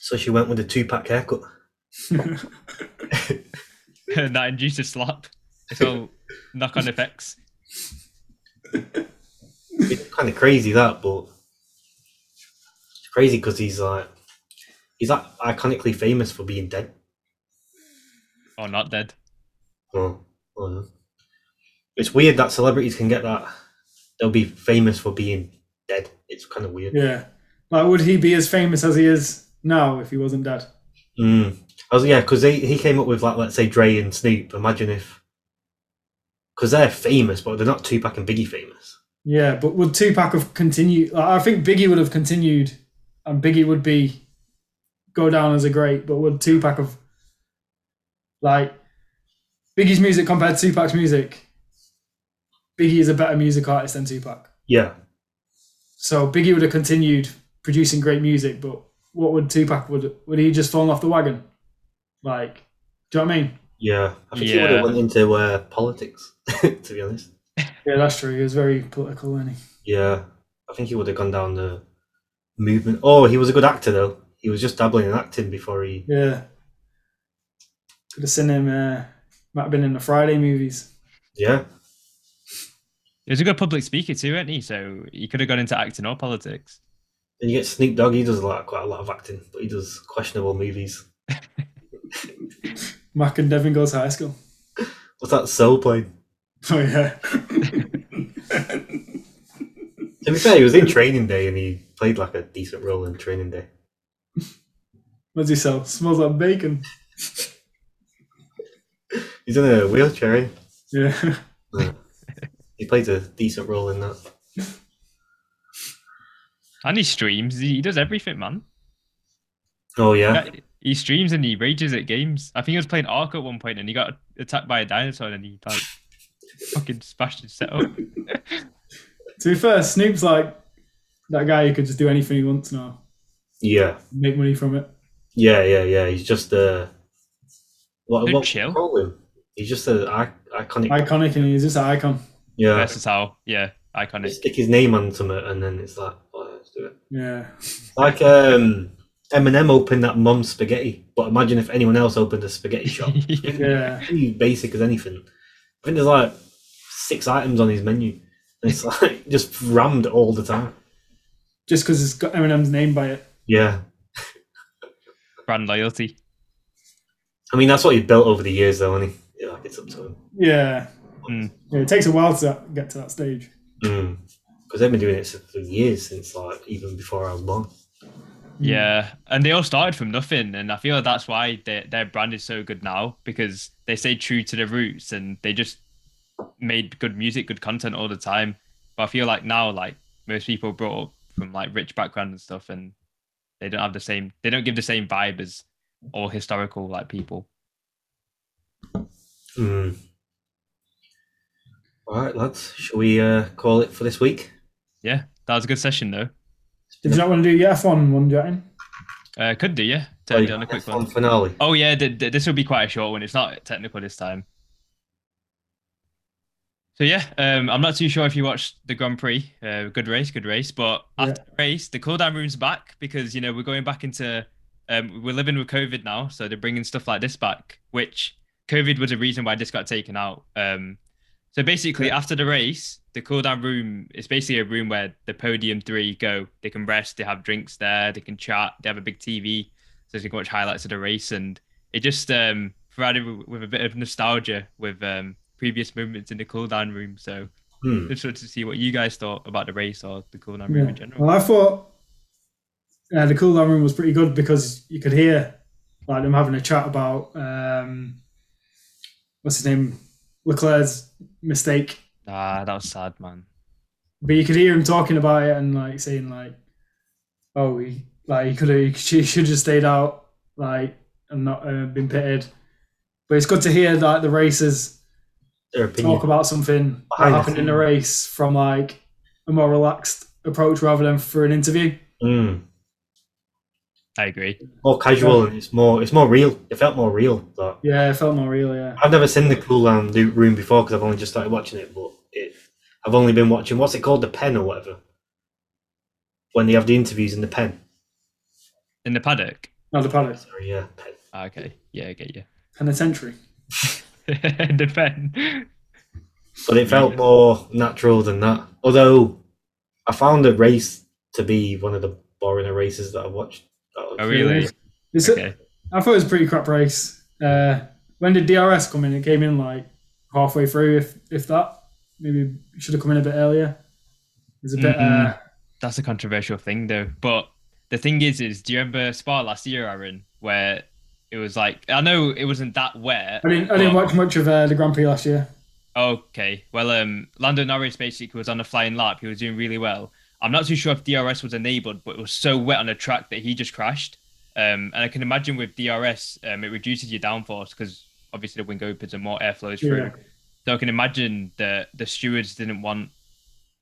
So she went with a Tupac haircut. that induces slap. So knock on effects. it's kind of crazy that, but it's crazy because he's like he's like iconically famous for being dead. Or Oh, not dead. Well, well, no. it's weird that celebrities can get that. They'll be famous for being dead. It's kind of weird. Yeah, like would he be as famous as he is now if he wasn't dead? Mm. I was yeah, because he came up with like let's say Dre and Snoop. Imagine if because they're famous, but they're not Tupac and Biggie famous. Yeah, but would Tupac have continued? Like, I think Biggie would have continued, and Biggie would be go down as a great. But would Tupac have like Biggie's music compared to Tupac's music? Biggie is a better music artist than Tupac, Yeah, so Biggie would have continued producing great music. But what would Tupac would would he just fallen off the wagon? Like, do you know what I mean? yeah. I think he would Yeah. have went into uh, politics. to be honest. Yeah, that's true. He was very political, wasn't he? Yeah, I think he would have gone down the movement. Oh, he was a good actor though. He was just dabbling in acting before he. Yeah. Could have seen him, uh, might have been in the Friday movies. Yeah, He was a good public speaker too, wasn't he? So he could have gone into acting or politics. and you get Snoop Dogg. He does like quite a lot of acting, but he does questionable movies. Mac and Devin goes to high school. What's that soul plane? Oh, yeah. To be fair, he was in Training Day and he played like a decent role in Training Day. What's he sell? Smells like bacon. He's in a wheelchair. eh? Yeah. He plays a decent role in that. And he streams. He, he does everything, man. Oh yeah, Yeah, He streams and he rages at games. I think he was playing Ark at one point and he got attacked by a dinosaur and he like fucking smashed his setup. to be fair, Snoop's like that guy who could just do anything he wants now, yeah, make money from it. yeah, yeah, yeah. He's just uh, what? They're what chill. Call him. He's just an iconic. Iconic, and he's just an icon. yeah, Versatile. Yeah, iconic. stick his name on something and then it's like, oh, let's do it. Yeah. Like um, Eminem opened that mum's spaghetti, but imagine if anyone else opened a spaghetti shop. Yeah. Pretty basic as anything. I think there's like six items on his menu, and it's like just rammed all the time. Just because it's got Eminem's name by it. Yeah, Brand loyalty. I mean that's what he built over the years, though, and he yeah, like it's up to him. Yeah. Mm. yeah. It takes a while to get to that stage. Mm. because they've been doing it for years since like even before I was born. Hmm. Yeah, and they all started from nothing, and I feel that's why their their brand is so good now because they stay true to their roots and they just made good music, good content all the time. But I feel like now, like most people brought up from like rich background and stuff, and they don't have the same, they don't give the same vibe as all historical like people. Mm. All right, lads, shall we uh, call it for this week? Yeah, that was a good session though. Did you not want to do your F1 one, Jane? Uh, could do, yeah. Turn down a quick F1 one. finale. Oh yeah, th- th- this will be quite a short one. It's not technical this time. So yeah, um, I'm not too sure if you watched the Grand Prix. Uh, good race, good race. But after the race, the cool down room's back because you know we're going back into um, we're living with COVID now, so they're bringing stuff like this back, which COVID was a reason why this got taken out. Um, so basically, after the race, the cool down room is basically a room where the podium three go. They can rest, they have drinks there, they can chat, they have a big TV, so they can watch highlights of the race, and it just um, provided w- with a bit of nostalgia with um, previous moments in the cool down room. So Hmm. just wanted to see what you guys thought about the race or the cool down room Yeah. in general. Well, I thought uh, the cool down room was pretty good because you could hear like them having a chat about um, what's his name Leclerc's mistake, Ah, that was sad, man. but you could hear him talking about it and like saying like, "Oh, he like he could have she should have stayed out like and not uh, been pitted." But it's good to hear like the racers Their talk opinion. about something that Behind the happened in the scenes. race from like a more relaxed approach rather than for an interview. Mm. I agree. More casual and it's more it's more real. It felt more real. That. Yeah, it felt more real. Yeah. I've never seen the cool down do- room before because I've only just started watching it. But it, I've only been watching what's it called, the pen or whatever, when they have the interviews in the pen. In the paddock. No, Oh, the paddock. Sorry, yeah, pen. Ah, okay. Yeah, I get you. Penitentiary. Depend. But it felt more natural than that. Although I found the race to be one of the boring races that I watched. Oh, really? This Okay. I thought it was a pretty crap race. Uh, when did DRS come in? It came in like halfway through, if if that. Maybe it should have come in a bit earlier. It's a bit. Uh, Mhm. That's a controversial thing, though. But the thing is, is do you remember Spa last year, Aaron, where it was like I know it wasn't that wet. I didn't. I didn't watch much of uh, the Grand Prix last year. Okay. Well, um, Lando Norris basically was on a flying lap. He was doing really well. I'm not too sure if DRS was enabled, but it was so wet on the track that he just crashed. Um, and I can imagine with DRS, um, it reduces your downforce because obviously the wing opens and more air flows through. Yeah. So I can imagine that the stewards didn't want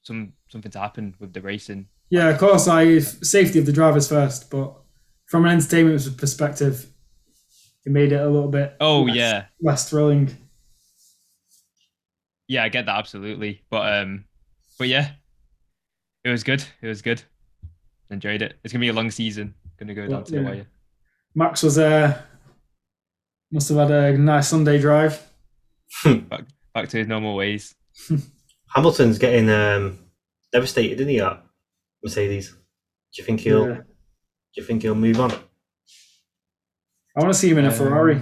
some something to happen with the racing. Yeah, of course. I safety of the drivers first, but from an entertainment perspective, it made it a little bit. Oh less- yeah, Less thrilling. yeah, I get that absolutely. But um, but yeah, it was good. It was good. Enjoyed it. It's gonna be a long season. Gonna go down to the Yeah. wire. Max was uh, must have had a nice Sunday drive. Back to his normal ways. Hamilton's getting um, devastated, isn't he? At Mercedes. Do you think he'll? Yeah. Do you think he'll move on? I want to see him Um, in a Ferrari.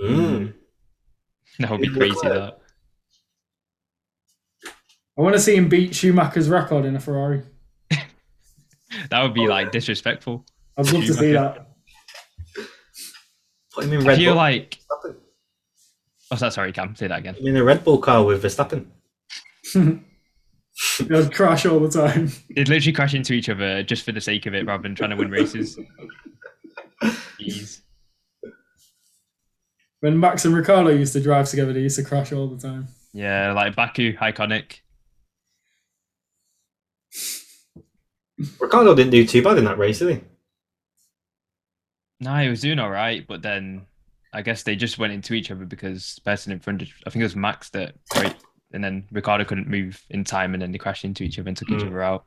Hmm. Mm. That would be Yeah. crazy. That. I want to see him beat Schumacher's record in a Ferrari. That would be like disrespectful. I'd love to see that. Put him in I Red feel Bull. like. Verstappen. Oh, so- sorry, Cam. Say that again. Put him in a Red Bull car with Verstappen. They'll crash all the time. They'd literally crash into each other just for the sake of it, rather than trying to win races. Jeez. When Max and Ricardo used to drive together, they used to crash all the time. Yeah, like Baku, iconic. Ricardo didn't do too bad in that race, did he? No, he was doing all right, but then I guess they just went into each other because the person in front of I think it was Max that right, and then Ricardo couldn't move in time, and then they crashed into each other and took each Mm. other out.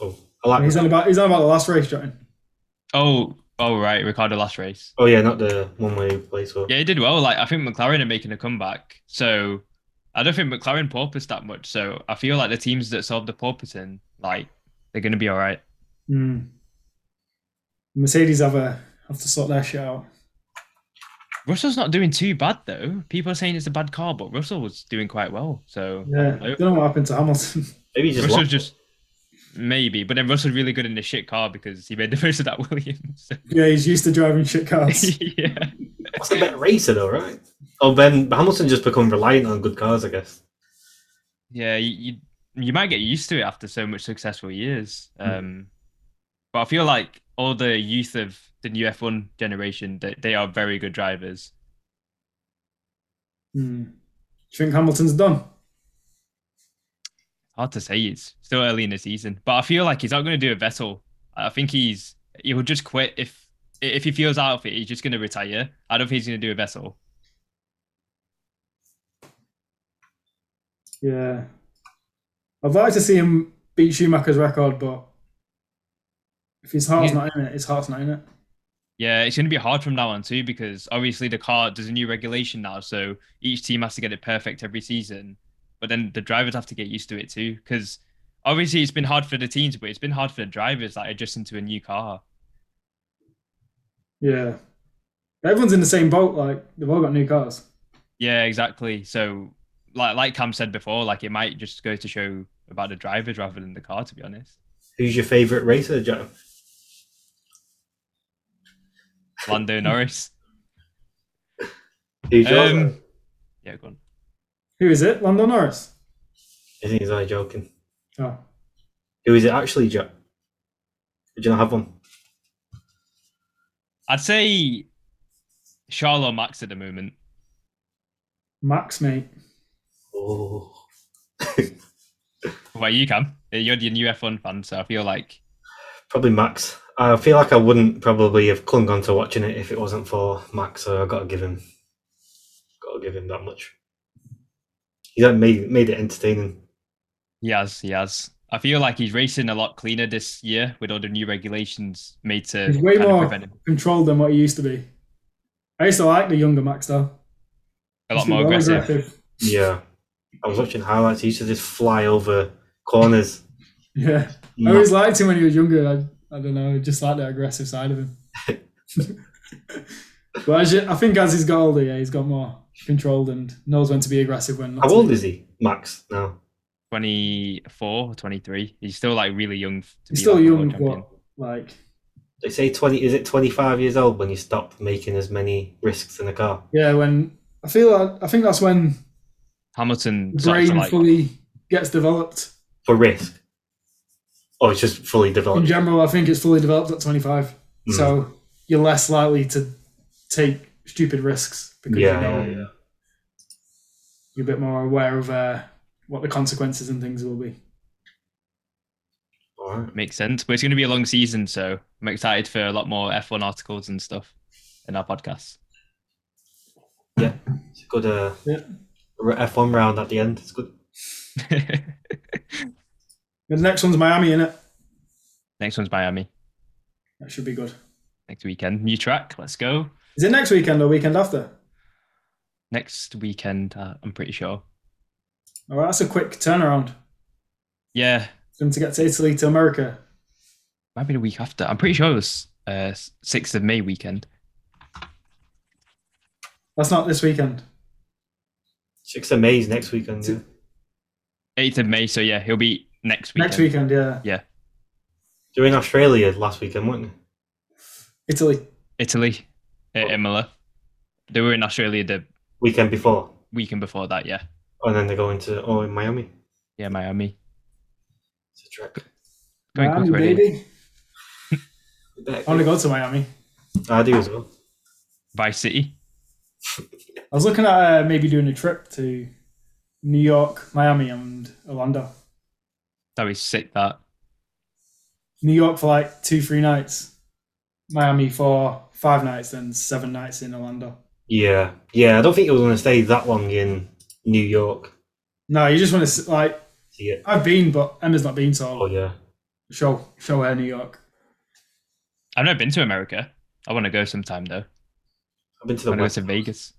Oh, I like. He's on about he's on about the last race, John. Oh, oh right, Ricardo last race. Oh yeah, not the one way place. Well. Yeah, he did well. Like I think McLaren are making a comeback, so I don't think McLaren porpoised that much. So I feel like the teams that solved the porpoising, like they're gonna be all right. Hmm. Mercedes have a have to sort their shit out. Russell's not doing too bad though. People are saying it's a bad car, but Russell was doing quite well. So Yeah, I don't know what happened to Hamilton. Maybe he just Russell lost it. just maybe, but then Russell's really good in the shit car because he made the most of that Williams. So, Yeah, he's used to driving shit cars. yeah, That's a better racer, though, right? Oh, then Hamilton just become reliant on good cars, I guess. yeah. You, you you might get used to it after so much successful years. Um, but I feel like all the youth of the new F1 generation, they, they are very good drivers. Hmm. Do you think Hamilton's done? Hard to say. It's still early in the season, but I feel like he's not going to do a Vettel. I think he's he will just quit if if he feels out of it. He's just going to retire. I don't think he's going to do a Vettel. Yeah. I'd like to see him beat Schumacher's record, but if his heart's Yeah. not in it, his heart's not in it. Yeah, it's going to be hard from now on too because obviously the car there's a new regulation now, so each team has to get it perfect every season. But then the drivers have to get used to it too because obviously it's been hard for the teams, but it's been hard for the drivers like adjusting to a new car. Yeah. Everyone's in the same boat, like they've all got new cars. Yeah, exactly. So like like Cam said before, like it might just go to show about the drivers rather than the car, to be honest. Who's your favourite racer, Joe? Lando Norris. Who's yours? Um, though? Yeah, go on. Who is it? Lando Norris? I think he's only joking. Oh. Who is it actually, Joe? Did you not have one? I'd say Charles or Max at the moment. Max, mate. Oh. Well, you Cam? You're the new F1 fan, so I feel like Probably Max. I feel like I wouldn't probably have clung on to watching it if it wasn't for Max, so I've got to give him got to give him that much. He's like made made it entertaining. He has, he has. I feel like he's racing a lot cleaner this year with all the new regulations made to He's way kind of more prevent him. controlled than what he used to be. I used to like the younger Max though. Used a lot to be more well aggressive. Yeah. I was watching highlights, he used to just fly over corners. Yeah. I always liked him when he was younger. I, I don't know, I just like the aggressive side of him. but as you, I think as he's got older, yeah, he's got more controlled and knows when to be aggressive when not. How to old be. is he, Max, now? 24 or 23. He's still like really young. To He's be, still like, a young, world champion. but like They say twenty is it twenty five years old when you stop making as many risks in a car? yeah, when I feel like, I think that's when Hamilton the starts to brain like. fully gets developed. For risk. Oh, it's just fully In developed. general, I think it's fully developed at 25, Mm. so you're less likely to take stupid risks because Yeah, you know yeah, yeah. you're a bit more aware of uh, what the consequences and things will be. All right. Makes sense. But it's going to be a long season, so I'm excited for a lot more F1 articles and stuff in our podcast. It's a good uh, Yeah. F one round at the end. It's good. The next one's Miami, innit? Next one's Miami. That should be good. Next weekend. New track. Let's go. Is it next weekend or weekend after? Next weekend, uh, I'm pretty sure. All right, that's a quick turnaround. Yeah, Them to get to Italy to America. might be the week after. I'm pretty sure it was uh, 6th of May weekend. That's not this weekend. Six of May's next weekend. Yeah. 8th of May, so yeah, he'll be next weekend. Next weekend, yeah. They were in Australia last weekend, weren't they? Italy. Italy, at Imola. They were in Australia the Weekend before, weekend before that, yeah. and then they're going to oh in Miami. Yeah, Miami. It's a trek. Going Miami, quick already. baby. Back. I want to go to Miami. I do as well. Vice City. I was looking at uh, maybe doing a trip to New York, Miami, and Orlando. That was sick, that. New York for like two, three nights. Miami for five nights, then seven nights in Orlando. Yeah, yeah. I don't think it was going to stay that long in New York. No, you just want to like See it? I've been, but Emma's not been, so Oh I'll yeah. show show her New York. I've never been to America. I want to go sometime, though. I've been to I the want to go West. to Vegas.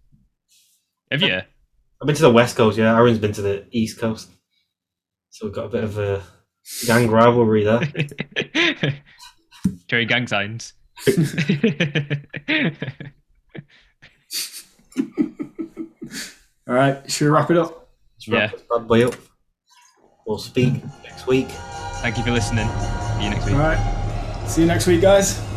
Have you? I've been to the West Coast. Yeah, Aaron's been to the East Coast, so we've got a bit of a gang rivalry there. Jerry gang signs. All right, should we wrap it up? Let's wrap Yeah. this bad boy up. We'll speak next week. Thank you for listening. See you next week. All right. See you next week, guys.